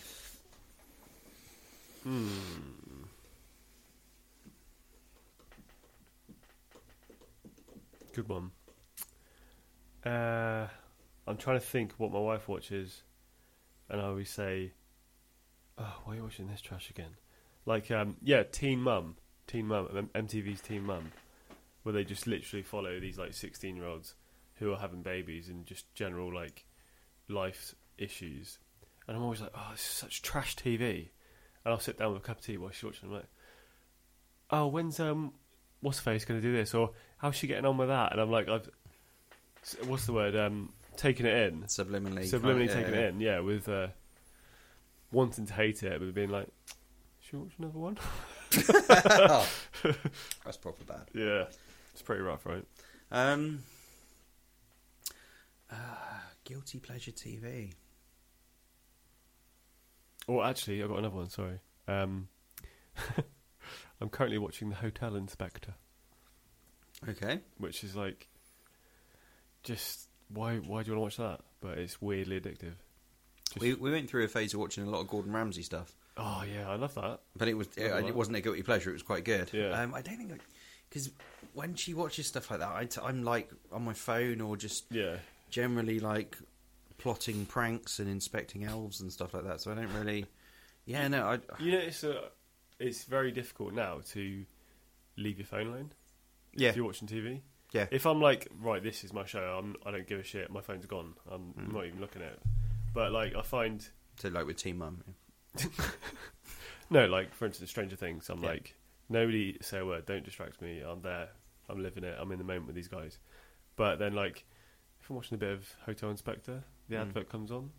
B: Good one. Uh, I'm trying to think what my wife watches, and I always say, "Oh, why are you watching this trash again?" Like, um, yeah, Teen Mum, Teen Mum, M- MTV's Teen Mum, where they just literally follow these like 16 year olds who are having babies and just general like life issues. And I'm always like, "Oh, this is such trash TV," and I'll sit down with a cup of tea while she's watching. I'm like, "Oh, when's um, what's her face going to do this?" or "How's she getting on with that?" And I'm like, "I've s- what's the word? Um, taking it in."
C: Subliminally.
B: subliminally
C: Yeah,
B: taking
C: yeah.
B: it in, yeah, with uh, wanting to hate it, but being like, should we watch another one?
C: That's proper bad.
B: yeah, it's pretty rough, right?
C: Um, ah, guilty pleasure TV.
B: Or actually, I got another one. Sorry, um, I'm currently watching The Hotel Inspector,
C: Okay.
B: which is like, just why why do you want to watch that? But it's weirdly addictive. Just-
C: We we went through a phase of watching a lot of Gordon Ramsay stuff,
B: oh yeah, I love that.
C: but it was it,
B: Love
C: it
B: that.
C: wasn't a guilty pleasure. It was quite good.
B: Yeah.
C: Um, I don't think because when she watches stuff like that, I t- I'm like on my phone or just
B: Yeah,
C: generally like plotting pranks and inspecting elves and stuff like that. So I don't really. Yeah, no, I.
B: You notice uh, it's very difficult now to leave your phone alone
C: Yeah,
B: if you're watching TV.
C: yeah,
B: If I'm like, right, this is my show. I'm, I don't give a shit. My phone's gone. I'm
C: Mm.
B: not even looking at it. But like, I find
C: so like with Team Mum.
B: no, like for instance, Stranger Things. I'm
C: Yeah.
B: like, nobody say a word. Don't distract me. I'm there. I'm living it. I'm in the moment with these guys. But then, like, if I'm watching a bit of Hotel Inspector, the
C: Mm.
B: advert comes on.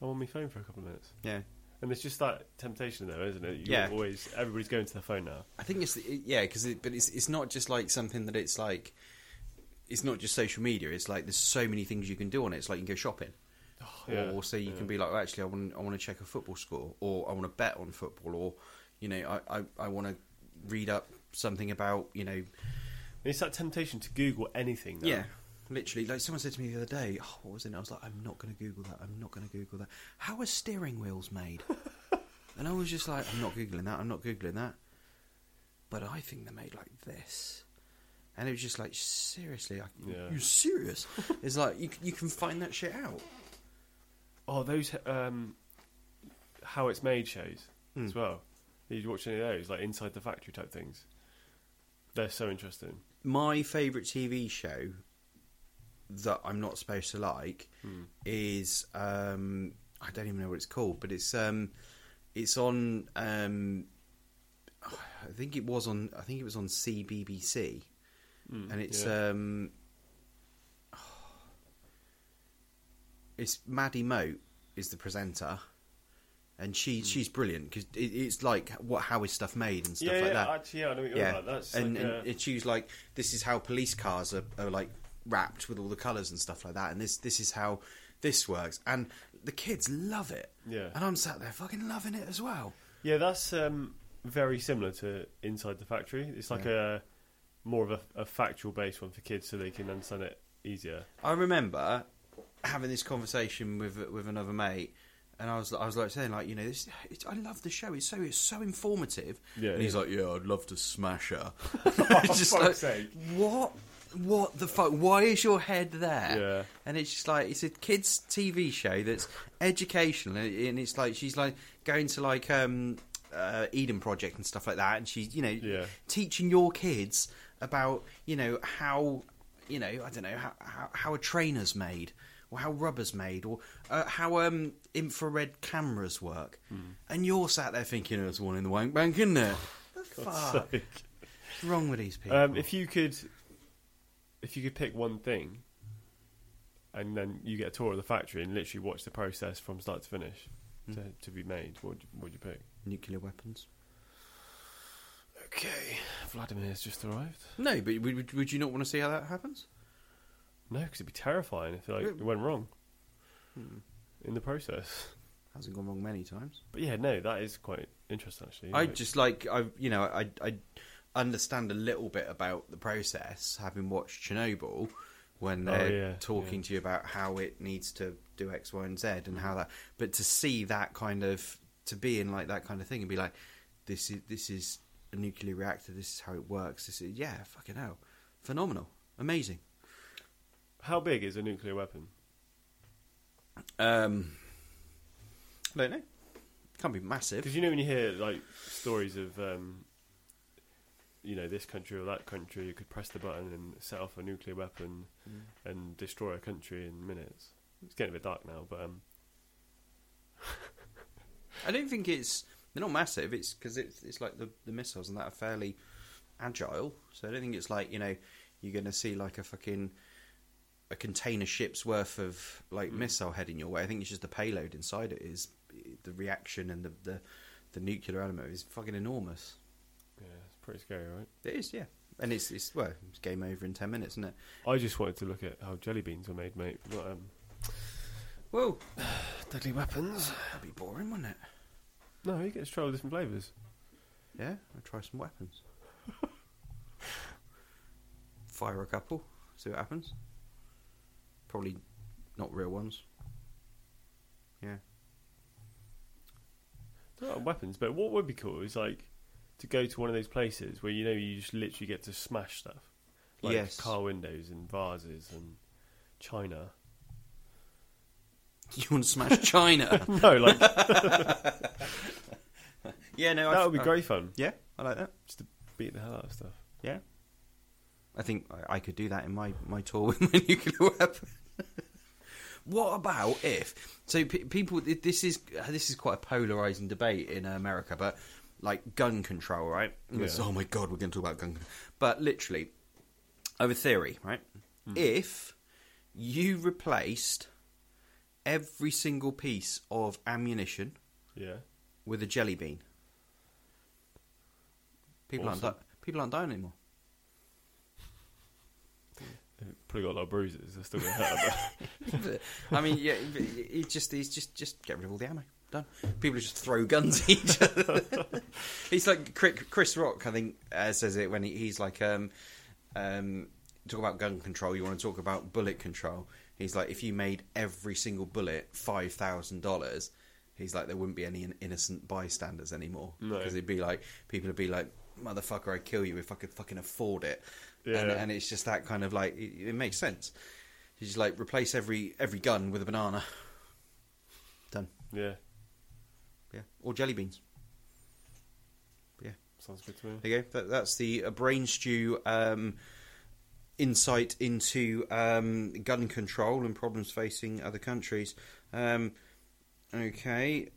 B: I'm on my phone for a couple of minutes,
C: Yeah,
B: and it's just that temptation, though, isn't it? You
C: Yeah.
B: Always, everybody's going to their phone now.
C: I think it's the, it- yeah, because it, but it's it's not just like something that it's like. It's not just social media. It's like there's so many things you can do on it. It's like you can go shopping,
B: Oh, yeah,
C: or so you
B: yeah.
C: can be like, oh, actually, I want I want to check a football score, or I want to bet on football, or you know, I I, I want to read up something about you know
B: It's that temptation to Google anything. Now.
C: Yeah. Literally, like someone said to me the other day, oh, what was it? And I was like, I'm not going to Google that. I'm not going to Google that. How are steering wheels made? and I was just like, I'm not Googling that. I'm not Googling that. But I think they're made like this. And it was just like, seriously, I,
B: Yeah.
C: you're serious? it's like, you, c- you can find that shit out.
B: Oh, those um, how it's made shows as well. Did you watch any of those, like inside the factory type things? They're so interesting.
C: my favourite TV show that I'm not supposed to like
B: Hmm.
C: is um, I don't even know what it's called, but it's um, it's on um, I think it was on I think it was on CBBC, and it's
B: Hmm, yeah.
C: um, it's Maddie Moat is the presenter. And
B: Hmm.
C: she she's brilliant because it, it's like what how is stuff made and stuff
B: yeah,
C: like
B: yeah,
C: that
B: actually, yeah, I know what you're
C: yeah,
B: on about. That's
C: and,
B: like,
C: and
B: uh,
C: it's used like this is how police cars are, are like wrapped with all the colours and stuff like that, and this this is how this works, and the kids love it.
B: Yeah.
C: and I'm sat there fucking loving it as well.
B: yeah, that's um, very similar to Inside the Factory. It's like a more of a, a factual based one for kids, so they can understand it easier.
C: I remember having this conversation with with another mate, and I was I was like saying like you know this it's, I love the show. It's so it's so informative.
B: Yeah,
C: and he's
B: yeah.
C: like, yeah, I'd love to smash her.
B: fuck's sake.
C: what? What the fuck? Why is your head there?
B: Yeah.
C: And it's just like it's a kids' TV show that's educational, and and it's like she's like going to like um uh, Eden Project and stuff like that, and she's you know
B: Yeah.
C: teaching your kids about you know how you know I don't know how how, how a trainer's made or how rubber's made or uh, how um infrared cameras work,
B: Hmm.
C: and you're sat there thinking oh, it's one in the wank bank, isn't it? the fuck
B: Like,
C: What's wrong with these people?
B: um, if you could, if you could pick one thing, and then you get a tour of the factory and literally watch the process from start to finish to, to be made, what would you, what would you pick?
C: Nuclear weapons.
B: Okay, Vladimir's just arrived.
C: No, but would, would- would you not want to see how that happens?
B: No, because it'd be terrifying if like it went wrong Hmm. in the process.
C: Hasn't gone wrong many times.
B: But yeah, no, that is quite interesting actually.
C: I
B: Like,
C: just like I, you know, I I understand a little bit about the process having watched Chernobyl when
B: Oh,
C: they're
B: yeah,
C: talking
B: yeah. Mm-hmm.
C: to you about how it needs to do X, Y, and Z, and how that. But to see that kind of to be in like that kind of thing and be like, this is this is a nuclear reactor. This is how it works. This is yeah, fucking hell, phenomenal, amazing.
B: how big is a nuclear weapon?
C: Um, I don't know. Can't be massive.
B: Because you know when you hear like stories of, um, you know, this country or that country could press the button and set off a nuclear weapon and destroy a country in minutes. It's getting a bit dark now, but um,
C: I don't think it's they're not massive. It's because it's it's like the the missiles and that are fairly agile. So I don't think it's like you know you're going to see like a fucking a container ship's worth of like missile heading your way. I think it's just the payload inside it is the reaction and the the, the nuclear element is fucking enormous.
B: yeah, it's pretty scary, right?
C: It is, yeah. And it's it's well, it's game over in ten minutes, isn't it?
B: I just wanted to look at how jelly beans were made, mate. Not um,
C: Whoa,
B: deadly weapons.
C: that'd be boring, wouldn't it?
B: No, you get to try all different flavours.
C: Yeah, I'll try some weapons. Fire a couple, see what happens. Probably not real ones. Yeah.
B: not weapons, but what would be cool is like to go to one of those places where you know you just literally get to smash stuff, like
C: Yes.
B: car windows and vases and china.
C: You want to smash China?
B: No, like that
C: yeah, no, I- uh,
B: would be
C: I-
B: great fun.
C: Yeah, I like that.
B: Just to beat the hell out of stuff.
C: Yeah, I think I, I could do that in my my tour with my nuclear weapon. what about if? So pe people, th- this is this is quite a polarizing debate in America, but like gun control, right? And it's,
B: Yeah.
C: Oh my god, we're going to talk about gun control, but literally, I have a theory, right?
B: Hmm.
C: If you replaced every single piece of ammunition
B: Yeah.
C: with a jelly bean, people aren't
B: Awesome.
C: di- people aren't dying anymore.
B: They've Probably got a lot of bruises. They're still going to hurt. but-
C: I mean, yeah, it- it just it's just just get rid of all the ammo. Done. People just throw guns at each other. He's like Cri- Chris Rock, I think, uh, says it when he, he's like, um, um, talk about gun control. You want to talk about bullet control? He's like, if you made every single bullet five thousand dollars, he's like, there wouldn't be any in- innocent bystanders anymore
B: No.
C: because it'd be like people would be like, motherfucker, I'd kill you if I could fucking afford it.
B: Yeah.
C: And, and it's just that kind of like it, it makes sense. You just like replace every every gun with a banana. Done.
B: yeah.
C: Yeah. Or jelly beans. Yeah.
B: Sounds good to me.
C: There you go. That, that's the uh, brain stew um, insight into um, gun control and problems facing other countries. Um, okay.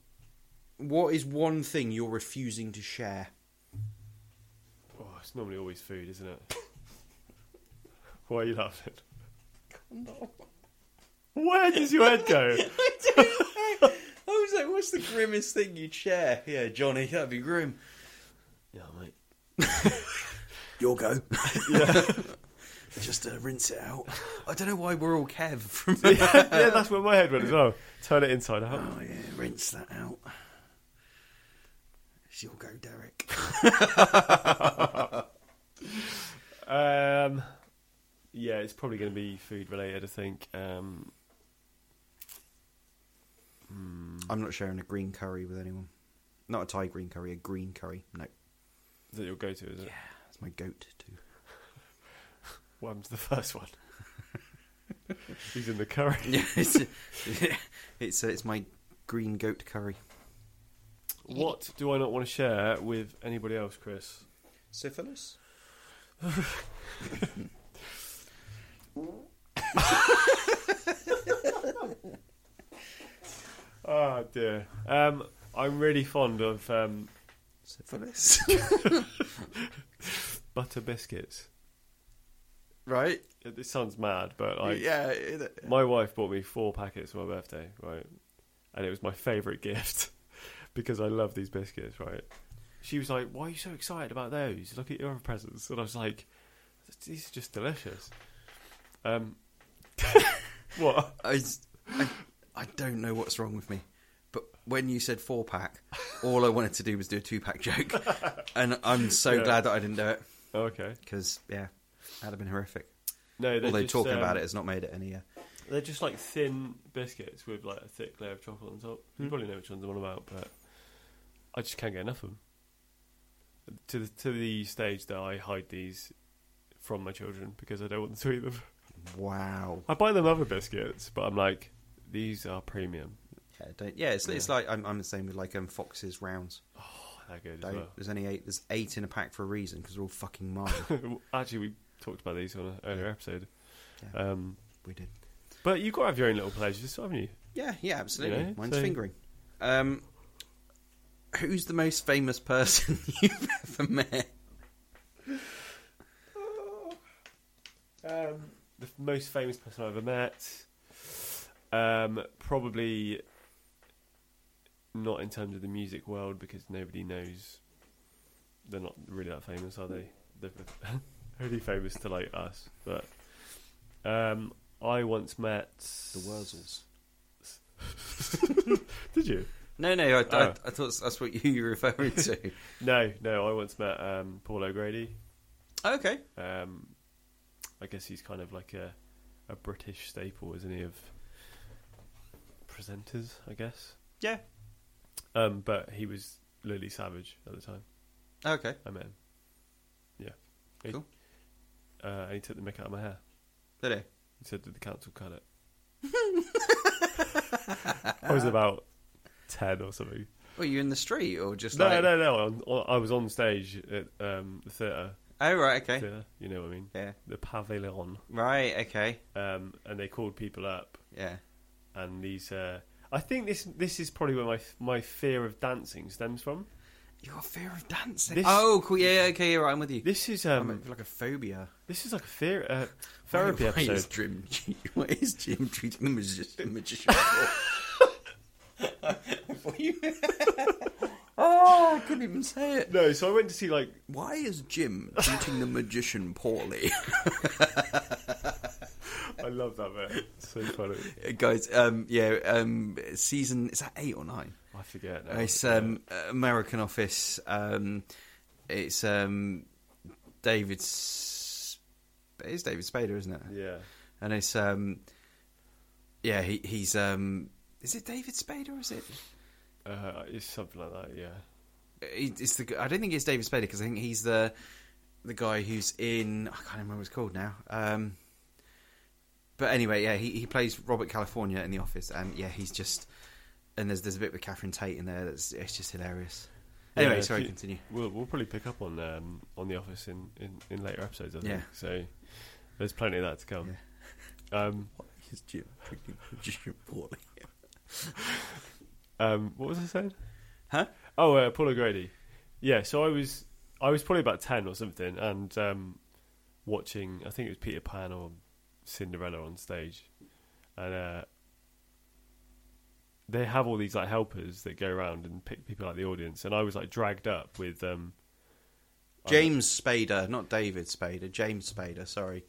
C: What is one thing you're refusing to share?
B: Oh, it's normally always food, isn't it? Why are you laughing? Where does your head go?
C: I was like, what's the grimmest thing you'd share? Yeah, Johnny, that'd be grim.
B: yeah, mate.
F: You'll go. Just uh, rinse it out.
C: I don't know why we're all Kev from.
B: yeah, that's where my head went as well. Turn it inside out.
F: Oh yeah, rinse that out. It's your go, Derek.
B: Um, yeah, it's probably going to be food related, I think. Um,
C: I'm not sharing a green curry with anyone. Not a Thai green curry, a green curry. No,
B: is that your go to, is it?
C: that's my goat too.
B: Wham's the first one. He's in the curry.
C: Yeah, it's it's, uh, it's my green goat curry.
B: What do I not want to share with anybody else, Chris?
C: Syphilis.
B: Oh, dear. Um, I'm really fond of um,
C: Syphilis.
B: butter biscuits.
C: right?
B: It, it sounds mad, but like,
C: yeah. it-
B: my wife bought me four packets for my birthday, right? And it was my favourite gift because I love these biscuits, right? She was like, "Why are you so excited about those? Look at your other presents." And I was like, "These are just delicious." Um, what?
C: I, s- I- I don't know what's wrong with me, but when you said four pack, all I wanted to do was do a two pack joke, and I'm so
B: Yeah.
C: glad that I didn't do it
B: Oh, okay.
C: because yeah, that'd have been horrific.
B: No, they're
C: Although
B: just,
C: talking
B: um,
C: about it has not made it any. Uh,
B: they're just like thin biscuits with like a thick layer of chocolate on top. You probably know which ones I'm on about, but I just can't get enough of them. To the to the stage that I hide these from my children because I don't want them to eat them.
C: wow.
B: I buy them other biscuits, but I'm like, these are premium.
C: Yeah, don't, yeah, it's, it's like I'm, I'm the same with like um, Fox's rounds.
B: Oh, they're good as
C: Don't, There's only eight. There's eight in a pack for a reason because they're all fucking mine.
B: well. Actually, we talked about these on an earlier episode.
C: Yeah.
B: Um,
C: we did.
B: but you've got to have your own little pleasures, haven't you?
C: Yeah, yeah, absolutely.
B: You know,
C: Mine's
B: so-
C: fingering. Um, who's the most famous person you've ever met?
B: Um, the f- most famous person I've ever met, um, probably not in terms of the music world because nobody knows. They're not really that famous, are they? They're only famous to like us. But um, I once met
C: The Wurzels.
B: Did you?
C: No, no, I, I,
B: Oh.
C: I thought that's what you were referring to.
B: No, no. I once met um, Paul O'Grady.
C: okay.
B: Um, I guess he's kind of like a a British staple, isn't he, of presenters? I guess.
C: Yeah.
B: Um, but he was Lily Savage at the time.
C: Okay.
B: I met him. Yeah. He,
C: Cool.
B: Uh, and he took the mick out of my hair.
C: Did it?
B: He said that the council cut it. I was about ten or something.
C: Were you in the street or just
B: No,
C: like?
B: no, no. on- on- I was on stage at um, the theatre.
C: Oh right, okay,
B: theatre, you know what I mean?
C: Yeah.
B: The Pavilion.
C: right, okay,
B: Um, and they called people up,
C: yeah,
B: and these. Uh, I think this this is probably where my my fear of dancing stems from.
C: Your fear of dancing.
B: This-
C: oh, cool. Yeah, yeah, okay, you're right. I'm with you.
B: This is
C: I
B: um
C: mean, like a phobia.
B: this is like a fear uh, therapy
F: why, Is
B: episode.
F: Jim, why is Jim treating the magician? magician for? you? oh, I couldn't even say it.
B: No, so I went to see like
F: Why is Jim treating the magician poorly?
B: I love that bit. So funny.
C: Uh, guys, um, yeah, um, season is that eight or nine?
B: I forget. Now.
C: It's um, American Office. Um, it's um, David. S- It is David Spader, isn't it?
B: yeah.
C: And it's um, yeah, he, he's um, is it David Spader or is it?
B: Uh, it's something like that. Yeah.
C: he- It's the. g- I don't think it's David Spader because I think he's the the guy who's in. I can't remember what it's called now. Um, but anyway, yeah, he, he plays Robert California in The Office, and yeah, he's just. And there's there's a bit with Catherine Tate in there that's it's just hilarious. Anyway,
B: Yeah,
C: sorry,
B: if you-
C: continue.
B: We'll, we'll probably pick up on um, on the office in, in, in later episodes. I think.
C: Yeah.
B: So there's plenty of that to come. Um,
F: Why is Jim treating the magician poorly?
B: um, what was I saying?
C: Huh?
B: Oh, uh, Paul O'Grady. Yeah. So I was I was probably about ten or something, and um, watching I think it was Peter Pan or Cinderella on stage, and uh, they have all these like helpers that go around and pick people out of the audience, and I was like dragged up with. Um,
C: James Spader, not David Spader. James Spader. Sorry,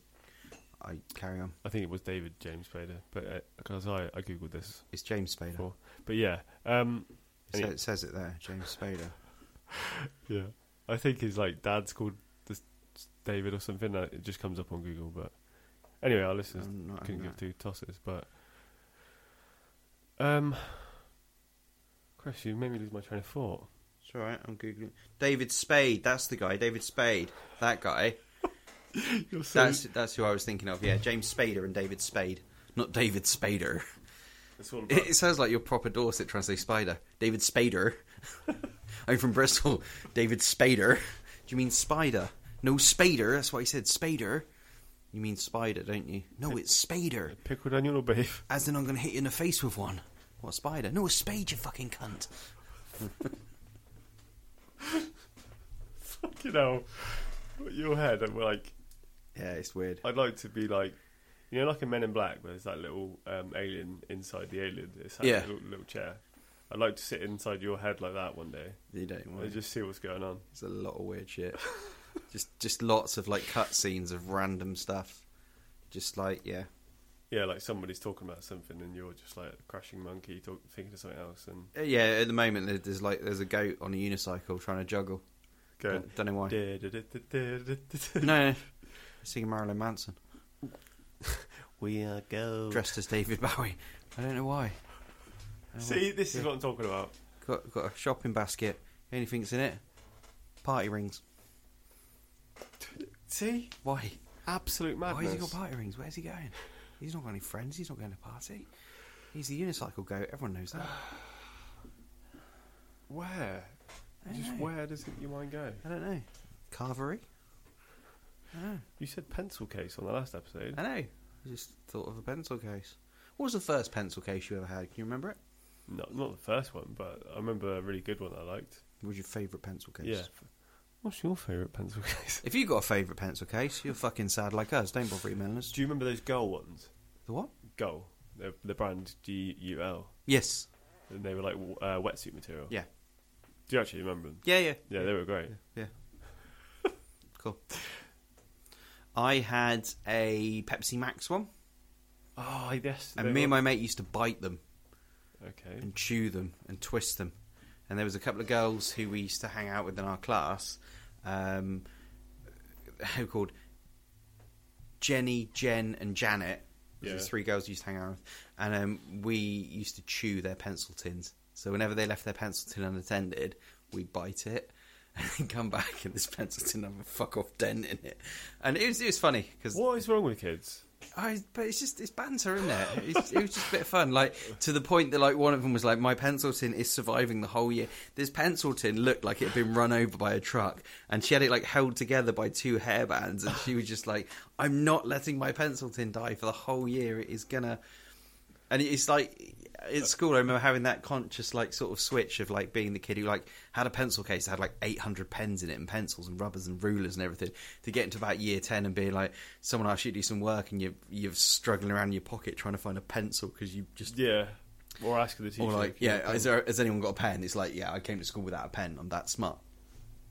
C: I carry on.
B: I think it was David James Spader, but because I, I googled this
C: It's James Spader.
B: before. But yeah, um,
C: It sa-
B: Any-
C: it says it there. James Spader.
B: yeah, I think his like dad's called this David or something. uh, It just comes up on Google, but anyway, our listeners
C: I'm not-
B: couldn't
C: I'm
B: give
C: not.
B: two tosses. But um, Chris, you made me lose my train of thought.
C: It's all right. I'm googling. David Spade. That's the guy. David Spade. That guy.
B: You're so,
C: That's that's who I was thinking of. Yeah, James Spader and David Spade, not David Spader.
B: it's all about
C: It, it sounds like your proper Dorset trying to say spider. David Spader. I'm from Bristol. David Spader. Do you mean spider? No, Spader. That's what he said. Spader. You mean spider, don't you? No, it's Spader.
B: pickled onion or beef.
C: As in, I'm going to hit you in the face with one. What spider? No, a spade, you fucking cunt.
B: you know, your head. I'm like,
C: Yeah, it's weird.
B: I'd like to be like. You know, like in Men in Black, where there's that little um, alien inside the alien. It's that
C: Yeah.
B: little, little chair. I'd like to sit inside your head like that one day
C: You don't want
B: and just see what's going on.
C: It's a lot of weird shit. just just lots of like cutscenes of random stuff. Just like yeah,
B: Yeah, like somebody's talking about something and you're just like a crashing monkey talk, thinking of something else and
C: Uh, yeah. At the moment, there- there's like there's a goat on a unicycle trying to juggle.
B: going.
C: Don't know why.
B: "Da-da-da-da-da-da-da."
C: No, no. singing Marilyn Manson
B: We are go.
C: dressed as David Bowie. I don't know why. I don't know
B: See,
C: why.
B: this is
C: Yeah.
B: what I'm talking about.
C: got got a shopping basket. Anything's in it? Party rings.
B: See,
C: Why?
B: absolute
C: Why has he got
B: madness.
C: party rings? Where's he going? He's not got any friends. He's not going to party. He's the unicycle goat. Everyone knows that.
B: Where?
C: I
B: Just
C: know.
B: where does it, your mind go?
C: I don't know. Carvery. I know.
B: You said pencil case on the last episode.
C: I know. I just thought of a pencil case. What was the first pencil case you ever had? Can you remember it?
B: No, not the first one, but I remember a really good one I liked.
C: What was your favourite pencil case?
B: Yeah. What's your favourite pencil case?
C: If you got a favourite pencil case, you're fucking sad like us. Don't bother emailing us.
B: Do you remember those Gull ones?
C: The what?
B: Gull, the, the brand G U L,
C: Yes.
B: and they were like w- uh, wetsuit material.
C: Yeah.
B: Do you actually remember them?
C: Yeah, yeah.
B: Yeah, they were great.
C: Yeah. cool. I had a Pepsi Max one,
B: Oh yes.
C: and me and my mate used to bite them.
B: Okay.
C: and chew them and twist them. And there was a couple of girls who we used to hang out with in our class, um, who called Jenny, Jen, and Janet. Those
B: Yeah.
C: was three girls we used to hang out with, and um, we used to chew their pencil tins. So whenever they left their pencil tin unattended, we'd bite it and then come back and this pencil tin had a fuck off dent in it. And it was it was funny because
B: What is wrong with kids?
C: I, but it's just it's banter, isn't it? It's, it was just a bit of fun, like to the point that like one of them was like, "My pencil tin is surviving the whole year." This pencil tin looked like it had been run over by a truck, and she had it like held together by two hair bands, and she was just like, "I'm not letting my pencil tin die for the whole year. It is gonna." And it's like at school, I remember having that conscious like sort of switch of like being the kid who like had a pencil case that had like 800 pens in it and pencils and rubbers and rulers and everything to get into about year 10 and be like someone asks you to do some work and you you're struggling around in your pocket trying to find a pencil because you just
B: Yeah. Or ask the teacher.
C: or like
B: if you
C: yeah
B: want
C: has, there, has anyone got a pen? It's like yeah I came to school without a pen. I'm that smart.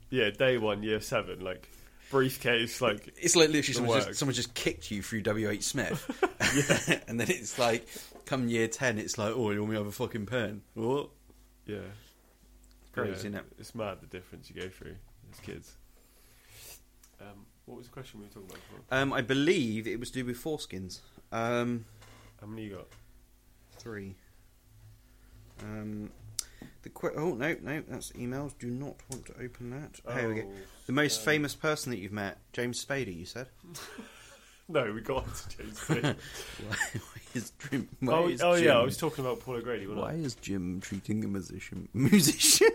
B: to- yeah, day one, year seven, like briefcase, like
C: It's like literally someone
B: work.
C: just, someone just kicked you through W. H. Smith, and then it's like come year 10 it's like oh you want me to have a fucking pen? What?
B: yeah.
C: Crazy,
B: Yeah,
C: isn't it?
B: It's mad the difference you go through as kids. Um, what was the question we were talking about? before?
C: Um, I believe it was to do with foreskins. Um,
B: How many you got?
C: three. Um, the que- oh no no that's emails. Do not want to open that. Oh, here we go.
B: Oh,
C: The most
B: um,
C: famous person that you've met, James Spader. You said.
B: No, we got to James Smith.
C: Why is Jim? Why
B: oh,
C: is
B: oh
C: Jim
B: yeah, I was talking about Paul O'Grady. Wasn't
C: why
B: I?
C: is Jim treating a musician? Musician.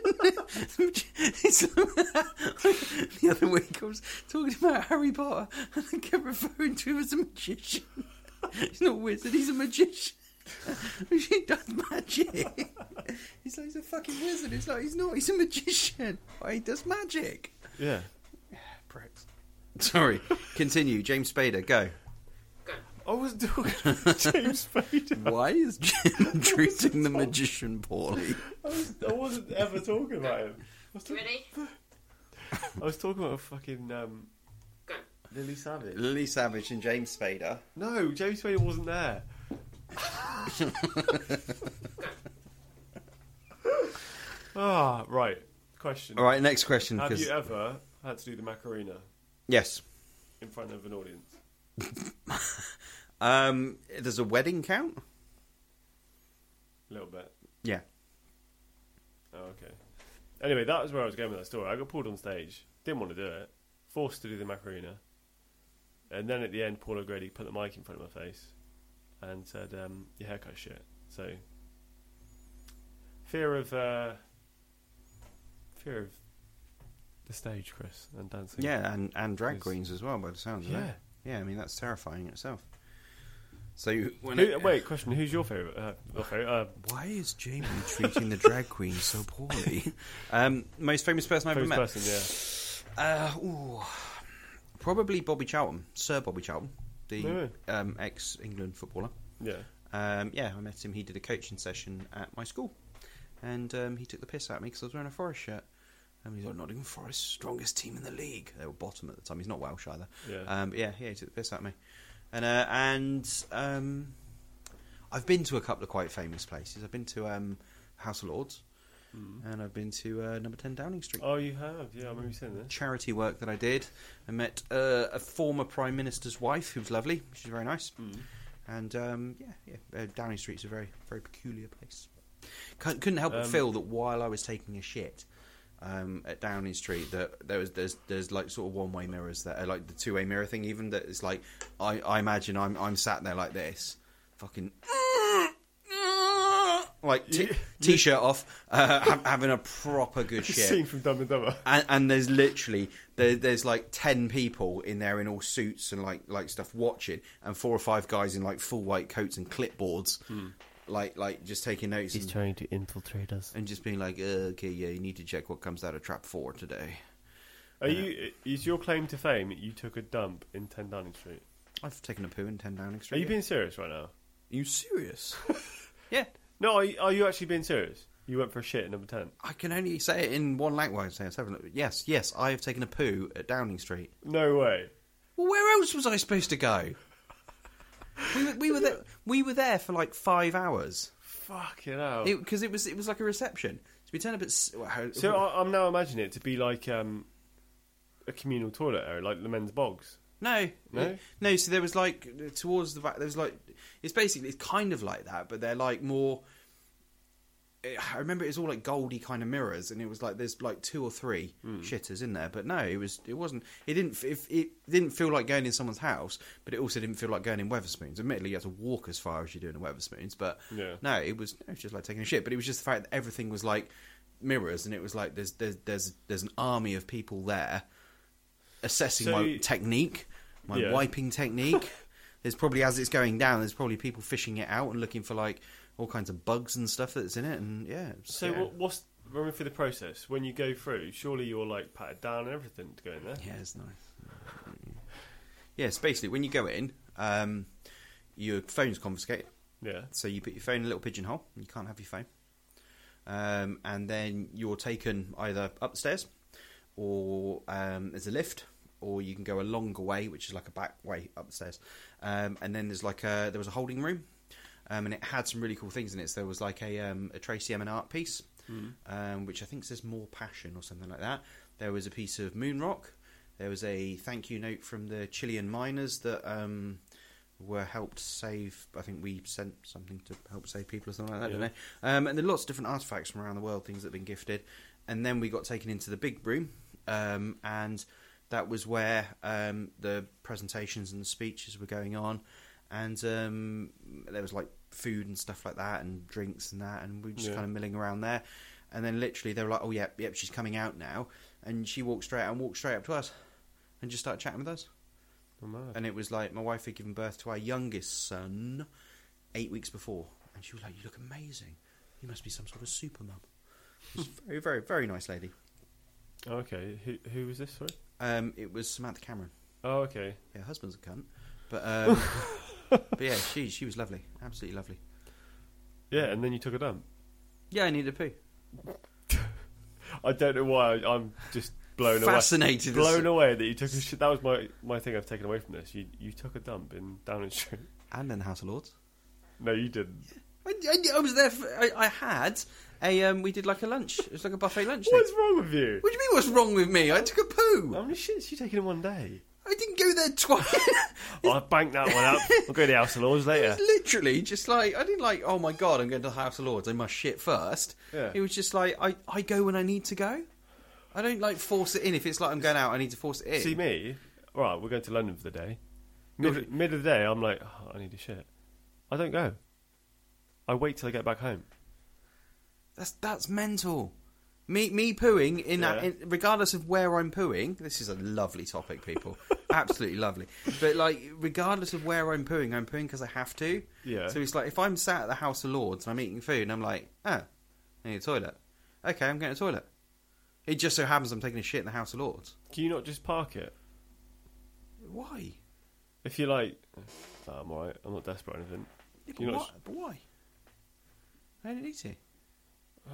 C: It's- the other week I was talking about Harry Potter and I kept referring to him as a magician. He's not a wizard. He's a magician. he does magic. He's like he's a fucking wizard. It's like he's not. He's a magician. Why he does magic?
B: Yeah.
C: Pricks. Sorry. Continue. James Spader. Go.
E: Go.
B: I was talking about James Spader.
C: Why is Jim treating the magician poorly?
B: I, was, I wasn't ever talking about him. I was,
E: You
B: talking,
E: ready?
B: I was talking about fucking um,
E: Go.
B: Lily Savage.
C: Lily Savage and James Spader.
B: No, James Spader wasn't there.
E: Go.
B: Ah, right. Question.
C: All right, next question.
B: Have
C: 'cause-
B: you ever had to do the Macarena
C: yes.
B: in front of an audience?
C: Um, there's a wedding count.
B: A little bit.
C: Yeah.
B: Oh, okay. Anyway, that was where I was going with that story. I got pulled on stage, didn't want to do it, forced to do the Macarena, and then at the end, Paul O'Grady put the mic in front of my face and said, um, "Your haircut's shit." So, fear of uh, fear of the stage, Chris, and dancing.
C: Yeah, and, and drag
B: Yes.
C: queens as well, by the sounds of
B: yeah.
C: it. Yeah, I mean that's terrifying in itself. So you- when
B: Who,
C: it-
B: wait, question: Who's your favorite? Uh, your favourite, uh,
C: why is Jamie treating the drag queen so poorly? um, most famous person I've ever
B: famous
C: met.
B: person? Yeah.
C: Uh, ooh. probably Bobby Charlton, Sir Bobby Charlton, the
B: Really?
C: um, ex-England footballer.
B: Yeah.
C: Um, yeah, I met him. He did a coaching session at my school, and um, he took the piss out of me because I was wearing a Forest shirt. And he's like, Nottingham Forest, strongest team in the league. They were bottom at the time. He's not Welsh either.
B: Yeah.
C: Um, but yeah, yeah, he took the piss out of me. And uh, and um, I've been to a couple of quite famous places. I've been to um, House of Lords, and I've been to uh, Number Ten Downing Street.
B: Oh, you have. Yeah, I remember you saying this.
C: Charity work that I did. I met uh, a former prime minister's wife who was lovely. She's very nice. And um, yeah, yeah, uh, Downing Street's a very, very peculiar place. Couldn't, couldn't help but
B: Um,
C: feel that while I was taking a shit um, at Downing Street, that there was there's there's like sort of one way mirrors that are like the two way mirror thing. Even that it's like I, I imagine I'm I'm sat there like this, fucking. Like t- t-shirt off, uh, ha- having a proper good shit
B: Scene from Dumb and Dumber.
C: and, and there's literally there, there's like 10 people in there in all suits and like like stuff watching and four or five guys in like full white coats and clipboards
B: Hmm.
C: like like just taking notes and,
B: trying to infiltrate us.
C: and just being like uh, okay yeah you need to check what comes out of trap 4 today
B: Are you? Is your claim to fame that you took a dump in Ten Downing Street?
C: i've taken a poo in 10 downing
B: Are
C: street
B: you being serious right now?
C: you serious yeah
B: No, are you, are you actually being serious? You went for a shit at number ten.
C: i can only say it in one language so have a look. yes yes i have taken a poo at downing street
B: No way.
C: Well, where else was I supposed to go? We were, we were there. We were there for like five hours
B: Fucking hell.
C: because it, was it was like a reception. So we turned up at. s- well, how-
B: so I, I'm now imagining it to be like um, a communal toilet area, like the men's bogs.
C: no,
B: No?
C: no. So there was like towards the back. There was like it's basically it's kind of like that, but they're like more. it, eh, I remember it was all like goldy kind of mirrors, and it was like there's like two or three
B: Hmm.
C: shitters in there. But no, it was it wasn't. It didn't. If it didn't feel like going in someone's house, but it also didn't feel like going in Weatherspoons. Admittedly, you had to walk as far as you do in Weatherspoons, but
B: Yeah.
C: no, it was it was just like taking a shit. But it was just the fact that everything was like mirrors, and it was like there's there's there's, there's an army of people there assessing
B: So
C: my
B: you-
C: technique, my
B: Yeah.
C: wiping technique. there's probably as it's going down, there's probably people fishing it out and looking for like all kinds of bugs and stuff that's in it. And yeah, it's-
B: So
C: yeah.
B: what, what's running through the process when you go through? Surely you're like patted down and everything to go in there.
C: Yeah, it's nice. Yes, basically when you go in, um, your phone's confiscated.
B: Yeah.
C: So you put your phone in a little pigeonhole. and You can't have your phone. Um, and then you're taken either upstairs, or um, there's a lift, or you can go a longer way, which is like a back way upstairs. Um, and then there's like a there was a holding room, um, and it had some really cool things in it. So there was like a um, a Tracy Emin art piece, um, which I think says "More Passion" or something like that. There was a piece of moon rock. There was a thank you note from the Chilean miners that um, were helped save. I think we sent something to help save people or something like that. I
B: Yeah.
C: don't know. Um, and there are lots of different artifacts from around the world, things that have been gifted. And then we got taken into the big room, um, and that was where um, the presentations and the speeches were going on. And um, there was like food and stuff like that, and drinks and that. And we were just
B: Yeah.
C: kind of milling around there. And then literally they were like, "Oh yeah, yep, she's coming out now." And she walked straight out and walked straight up to us, and just started chatting with us
B: Oh, mad.
C: and it was like my wife had given birth to our youngest son eight weeks before, and she was like, "You look amazing. You must be some sort of super mum." She was very, very, very nice lady.
B: Oh, okay. Who who was this? Sorry.
C: Um, it was Samantha Cameron.
B: Oh, okay.
C: Yeah, her husband's a cunt, but um, but yeah, she she was lovely, absolutely lovely.
B: Yeah, and then you took a dump.
C: Yeah, I need a poo.
B: I don't know why I, I'm just blown away.
C: Fascinated.
B: Blown away that you took a shit. That was my, my thing I've taken away from this. You you took a dump in Downing Street.
C: And then the House of Lords.
B: No, you didn't.
C: I, I, I was there. For, I, I had a um, we did like a lunch. It was like a buffet lunch. thing.
B: What's wrong with you?
C: What do you mean? What's wrong with me? I took a
B: How
C: poo.
B: many shits you taking in one day?
C: I didn't go there twice.
B: I'll bank that one up. I'll go to the House of Lords
C: It
B: later.
C: was literally just like I didn't like. Oh my god, I'm going to the House of Lords. I must shit first.
B: Yeah.
C: It was just like I, I go when I need to go. I don't like force it in. If it's like I'm going out, I need to force it in.
B: See me? All right, we're going to London for the day. Mid, mid of the day, I'm like, "Oh, I need a shit. I don't go. I wait till I get back home.
C: That's that's mental. Me me pooing in,
B: Yeah.
C: in regardless of where I'm pooing. This is a lovely topic, people. Absolutely lovely. But like regardless of where I'm pooing, I'm pooing because I have to.
B: Yeah.
C: So it's like if I'm sat at the House of Lords and I'm eating food and I'm like, oh, I need a toilet. Okay, I'm going to the toilet. It just so happens I'm taking a shit in the House of Lords.
B: Can you not just park it?
C: Why?
B: If you're like, "Oh, I'm alright, I'm not desperate or anything.
C: Yeah, but,
B: You know,
C: why? but why? I don't need to.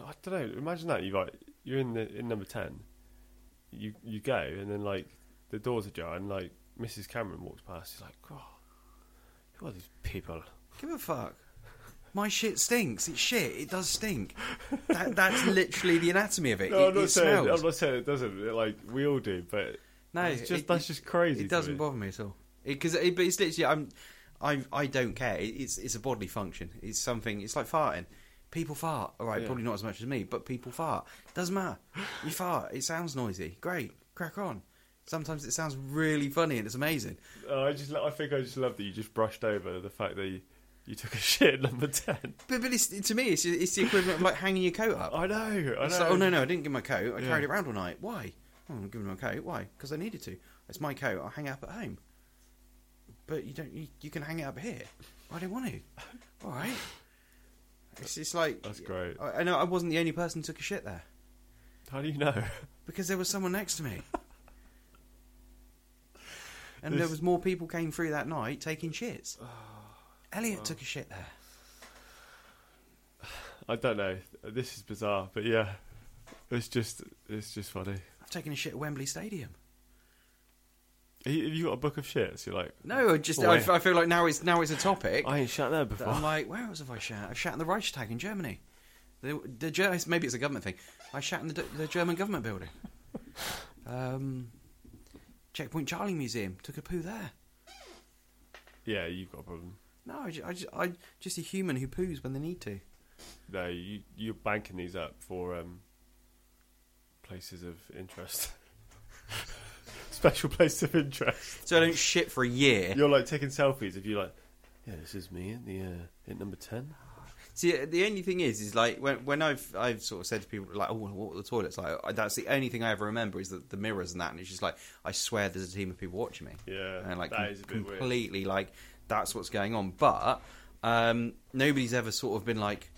B: I don't know. Imagine that you like you're in the in number ten. You you go and then like the doors ajar and like Mrs. Cameron walks past. She's like, oh, who are these people?
C: Give a fuck. My shit stinks. It's shit. It does stink. That, that's literally the anatomy of it.
B: No,
C: it
B: I'm not
C: it
B: saying
C: smells.
B: I'm not saying it doesn't. It, like we all do, but
C: no,
B: it's just
C: it-
B: that's
C: it-
B: just crazy.
C: It
B: to
C: doesn't
B: me.
C: bother me at all. Because it, but it's literally I'm, I I don't care. It, it's it's a bodily function. It's something. It's like farting. People fart. All right,
B: Yeah.
C: probably not as much as me, but people fart. Doesn't matter. You fart. It sounds noisy. Great. Crack on. Sometimes it sounds really funny and it's amazing.
B: Uh, I just lo- I think I just love that you just brushed over the fact that you, you took a shit at number ten.
C: But, but it's, to me, it's, it's the equivalent of like hanging your coat up.
B: I know. I know.
C: It's like, oh no, no, I didn't give my coat. I
B: Yeah.
C: carried it around all night. Why? Oh, I'm giving my coat. Why? Because I needed to. It's my coat. I'll hang it up at home. But you don't. You, you can hang it up here. I don't want to. All right. It's just like
B: That's great.
C: I, I know I wasn't the only person who took a shit there
B: How do you know?
C: because there was someone next to me, and there
B: This-
C: was more people came through that night taking shits. Elliot took a shit there.
B: I don't know. This is bizarre, but yeah, it's just it's just funny.
C: I've taken a shit at Wembley Stadium.
B: Have you have you got a book of shits? You're like,
C: No, I just
B: Oh,
C: I,
B: yeah.
C: I feel like now it's now it's a topic.
B: I ain't shat there
C: that
B: before.
C: I'm like, where else have I shat? I've shat in the Reichstag in Germany. The, the Ger- maybe it's a government thing. I shat in the, the German government building. Um, Checkpoint Charlie Museum. Took a poo there.
B: yeah, you've got a problem.
C: No, I just, I just, I just a human who poos when they need to.
B: No, you, you're banking these up for um, places of interest. Special place of interest.
C: So I don't shit for a year.
B: You're like taking selfies if you're like, yeah, this is me at the uh, at number ten.
C: See, the only thing is, is like when when I've I've sort of said to people like, "Oh, what were the toilets like?" I, that's the only thing I ever remember is the, the mirrors and that, and it's just like I swear there's a team of people watching me.
B: Yeah,
C: and like
B: that is a bit weird.
C: completely like that's what's going on. But um, nobody's ever sort of been like,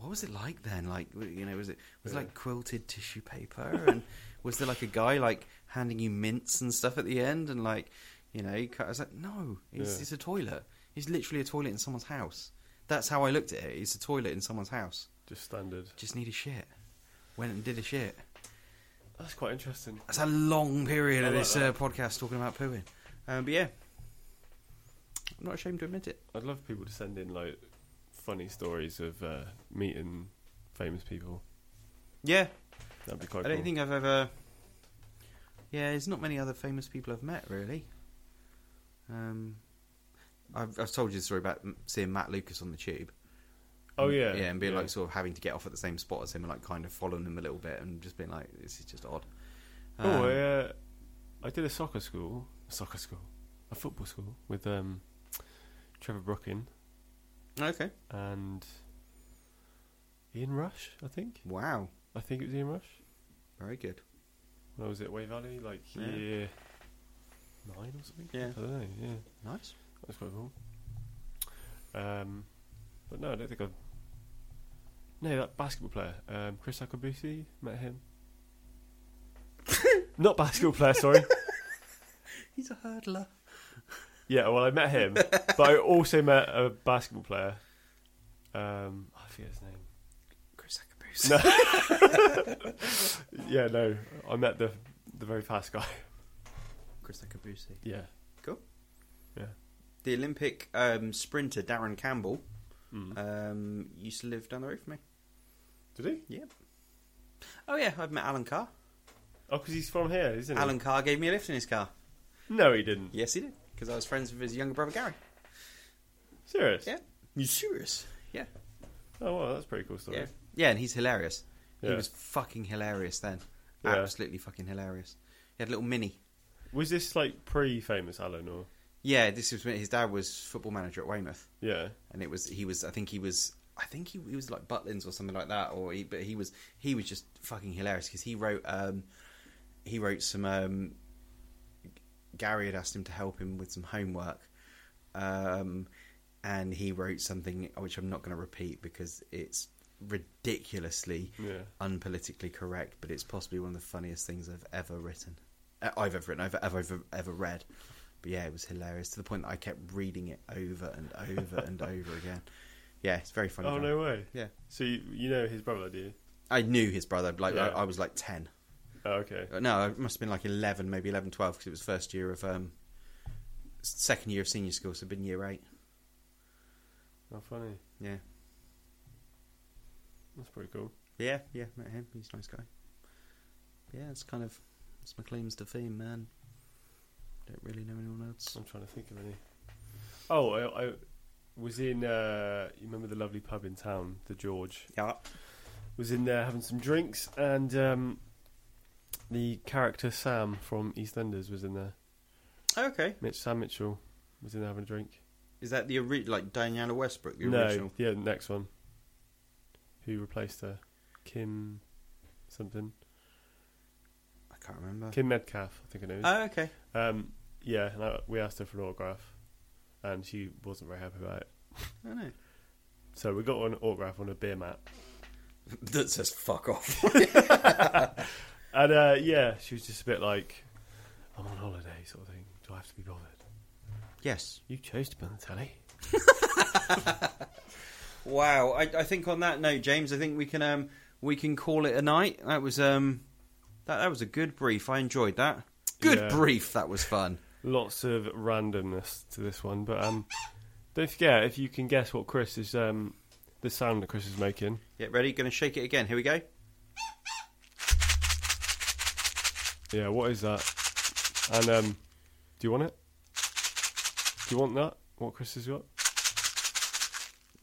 C: "What was it like then?" Like you know, was it was it like quilted tissue paper, and was there like a guy like handing you mints and stuff at the end, and like you know, I was like, "No, it's,
B: Yeah.
C: it's a toilet. It's literally a toilet in someone's house." That's how I looked at it. It's a toilet in someone's house.
B: Just standard.
C: Just need a shit. Went and did a shit.
B: That's quite interesting.
C: That's a long period of
B: I like
C: this uh, podcast talking about pooing. Um, but yeah, I'm not ashamed to admit it.
B: I'd love people to send in like funny stories of uh, meeting famous people.
C: Yeah,
B: That'd be quite.
C: I don't
B: cool.
C: think I've ever. Yeah, there's not many other famous people I've met really. Um, I've, I've told you the story about m- seeing Matt Lucas on the tube.
B: Oh yeah,
C: yeah, and being like sort of having to get off at the same spot as him and like kind of following him a little bit and just being like, this is just odd.
B: oh,
C: Um,
B: I, uh, I did a soccer school, soccer school, a football school with um, Trevor Brookin
C: Okay.
B: and Ian Rush. I think.
C: Wow.
B: I think it was Ian Rush
C: Very good.
B: when I was at Way Valley, like
C: Yeah.
B: year nine or something.
C: Yeah.
B: I don't know. Yeah,
C: Nice.
B: that's quite cool. Um, but no, I don't think I've. No, that basketball player, um, Chris Akabusi, met him. Not basketball player, sorry.
C: He's a hurdler.
B: Yeah, well, I met him, but I also met a basketball player. Um, I forget his name.
C: Chris Akabusi.
B: Yeah, no, I met the the very fast guy.
C: Chris Akabusi.
B: Yeah,
C: Cool.
B: yeah.
C: The Olympic um, sprinter Darren Campbell
B: Hmm. Mm-hmm.
C: um, used to live down the road from me.
B: Did he?
C: Yep. Oh yeah, I've met Alan Carr.
B: Oh, because he's from here, isn't
C: Alan Carr gave me a lift in his car.
B: he? No, he didn't.
C: Yes, he did because I was friends with his younger brother Gary.
B: Serious?
C: Yeah. You serious? Yeah.
B: Oh, wow, that's a pretty cool story.
C: Yeah. Yeah, and he's hilarious. He
B: Yeah.
C: was fucking hilarious then.
B: Yeah.
C: Absolutely fucking hilarious. He had a little mini.
B: Was this like pre-famous Alan or?
C: Yeah, this was when his dad was football manager at Weymouth.
B: Yeah.
C: and it was he was I think he was I think he, he was like Butlins or something like that or he, but he was he was just fucking hilarious because he wrote um he wrote some um Gary had asked him to help him with some homework um and he wrote something which I'm not going to repeat because it's ridiculously
B: Yeah.
C: unpolitically correct but it's possibly one of the funniest things I've ever written Uh, I've ever written I've ever ever, ever read but yeah, it was hilarious to the point that I kept reading it over and over and over again. Yeah, it's very funny.
B: Oh
C: guy.
B: no way.
C: Yeah,
B: So you, you know his brother, do you?
C: I knew his brother. Like
B: Yeah.
C: I, I was like ten.
B: Oh, okay.
C: Uh, No, I must have been like eleven, maybe 11, 12, because it was first year of um, s- second year of senior school, so it'd been year eight.
B: How Oh, funny.
C: Yeah,
B: That's pretty cool.
C: But yeah, yeah. Met him. He's a nice guy. Yeah, it's kind of it's my claims to fame, man. Don't really know anyone else.
B: I'm trying to think of any. Oh, I, I was in. Uh, you remember the lovely pub in town, the George.
C: Yeah,
B: was in there having some drinks, and um, the character Sam from EastEnders was in there.
C: Oh, okay.
B: Mitch Sam Mitchell was in there having a drink.
C: Is that the ori- like Diana Westbrook, the
B: no,
C: original?
B: yeah, next one. Who replaced her? Kim something.
C: I can't remember.
B: Kim Medcalf, I think her name is.
C: Oh, okay.
B: um, yeah, and I, we asked her for an autograph, and she wasn't very happy about it.
C: I don't know.
B: So we got an autograph on a beer mat,
F: That says fuck off.
B: and uh, yeah, she was just a bit like, "I'm on holiday, sort of thing. Do I have to be bothered?"
C: Yes.
B: You chose to be on the telly.
C: Wow, I, I think on that note, James, I think we can um, we can call it a night. That was um, that that was a good brief. I enjoyed that. Good
B: Yeah.
C: brief. That was fun.
B: lots of randomness to this one, but um, don't forget if you can guess what Chris is um, the sound that Chris is making.
C: Get ready. Going to shake it again. Here we go.
B: Yeah, what is that? And um, do you want it? Do you want that? What Chris has got?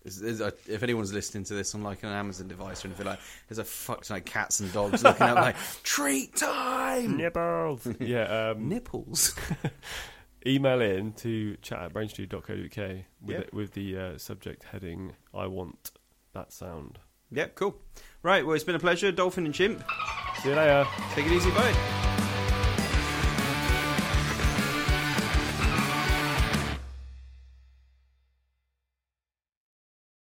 C: There's- there's a- uh, if anyone's listening to this on like an Amazon device or anything like, there's a fuck ton of cats and dogs looking up like treat time,
B: Nipples. yeah. Um,
C: nipples.
B: email in to chat at brainstew.co.uk with
C: Yeah.
B: it, with the uh, subject heading "I want that sound."
C: yep, cool. Right, well, it's been a pleasure, Dolphin and Chimp.
B: See you later.
C: Take it easy, bye.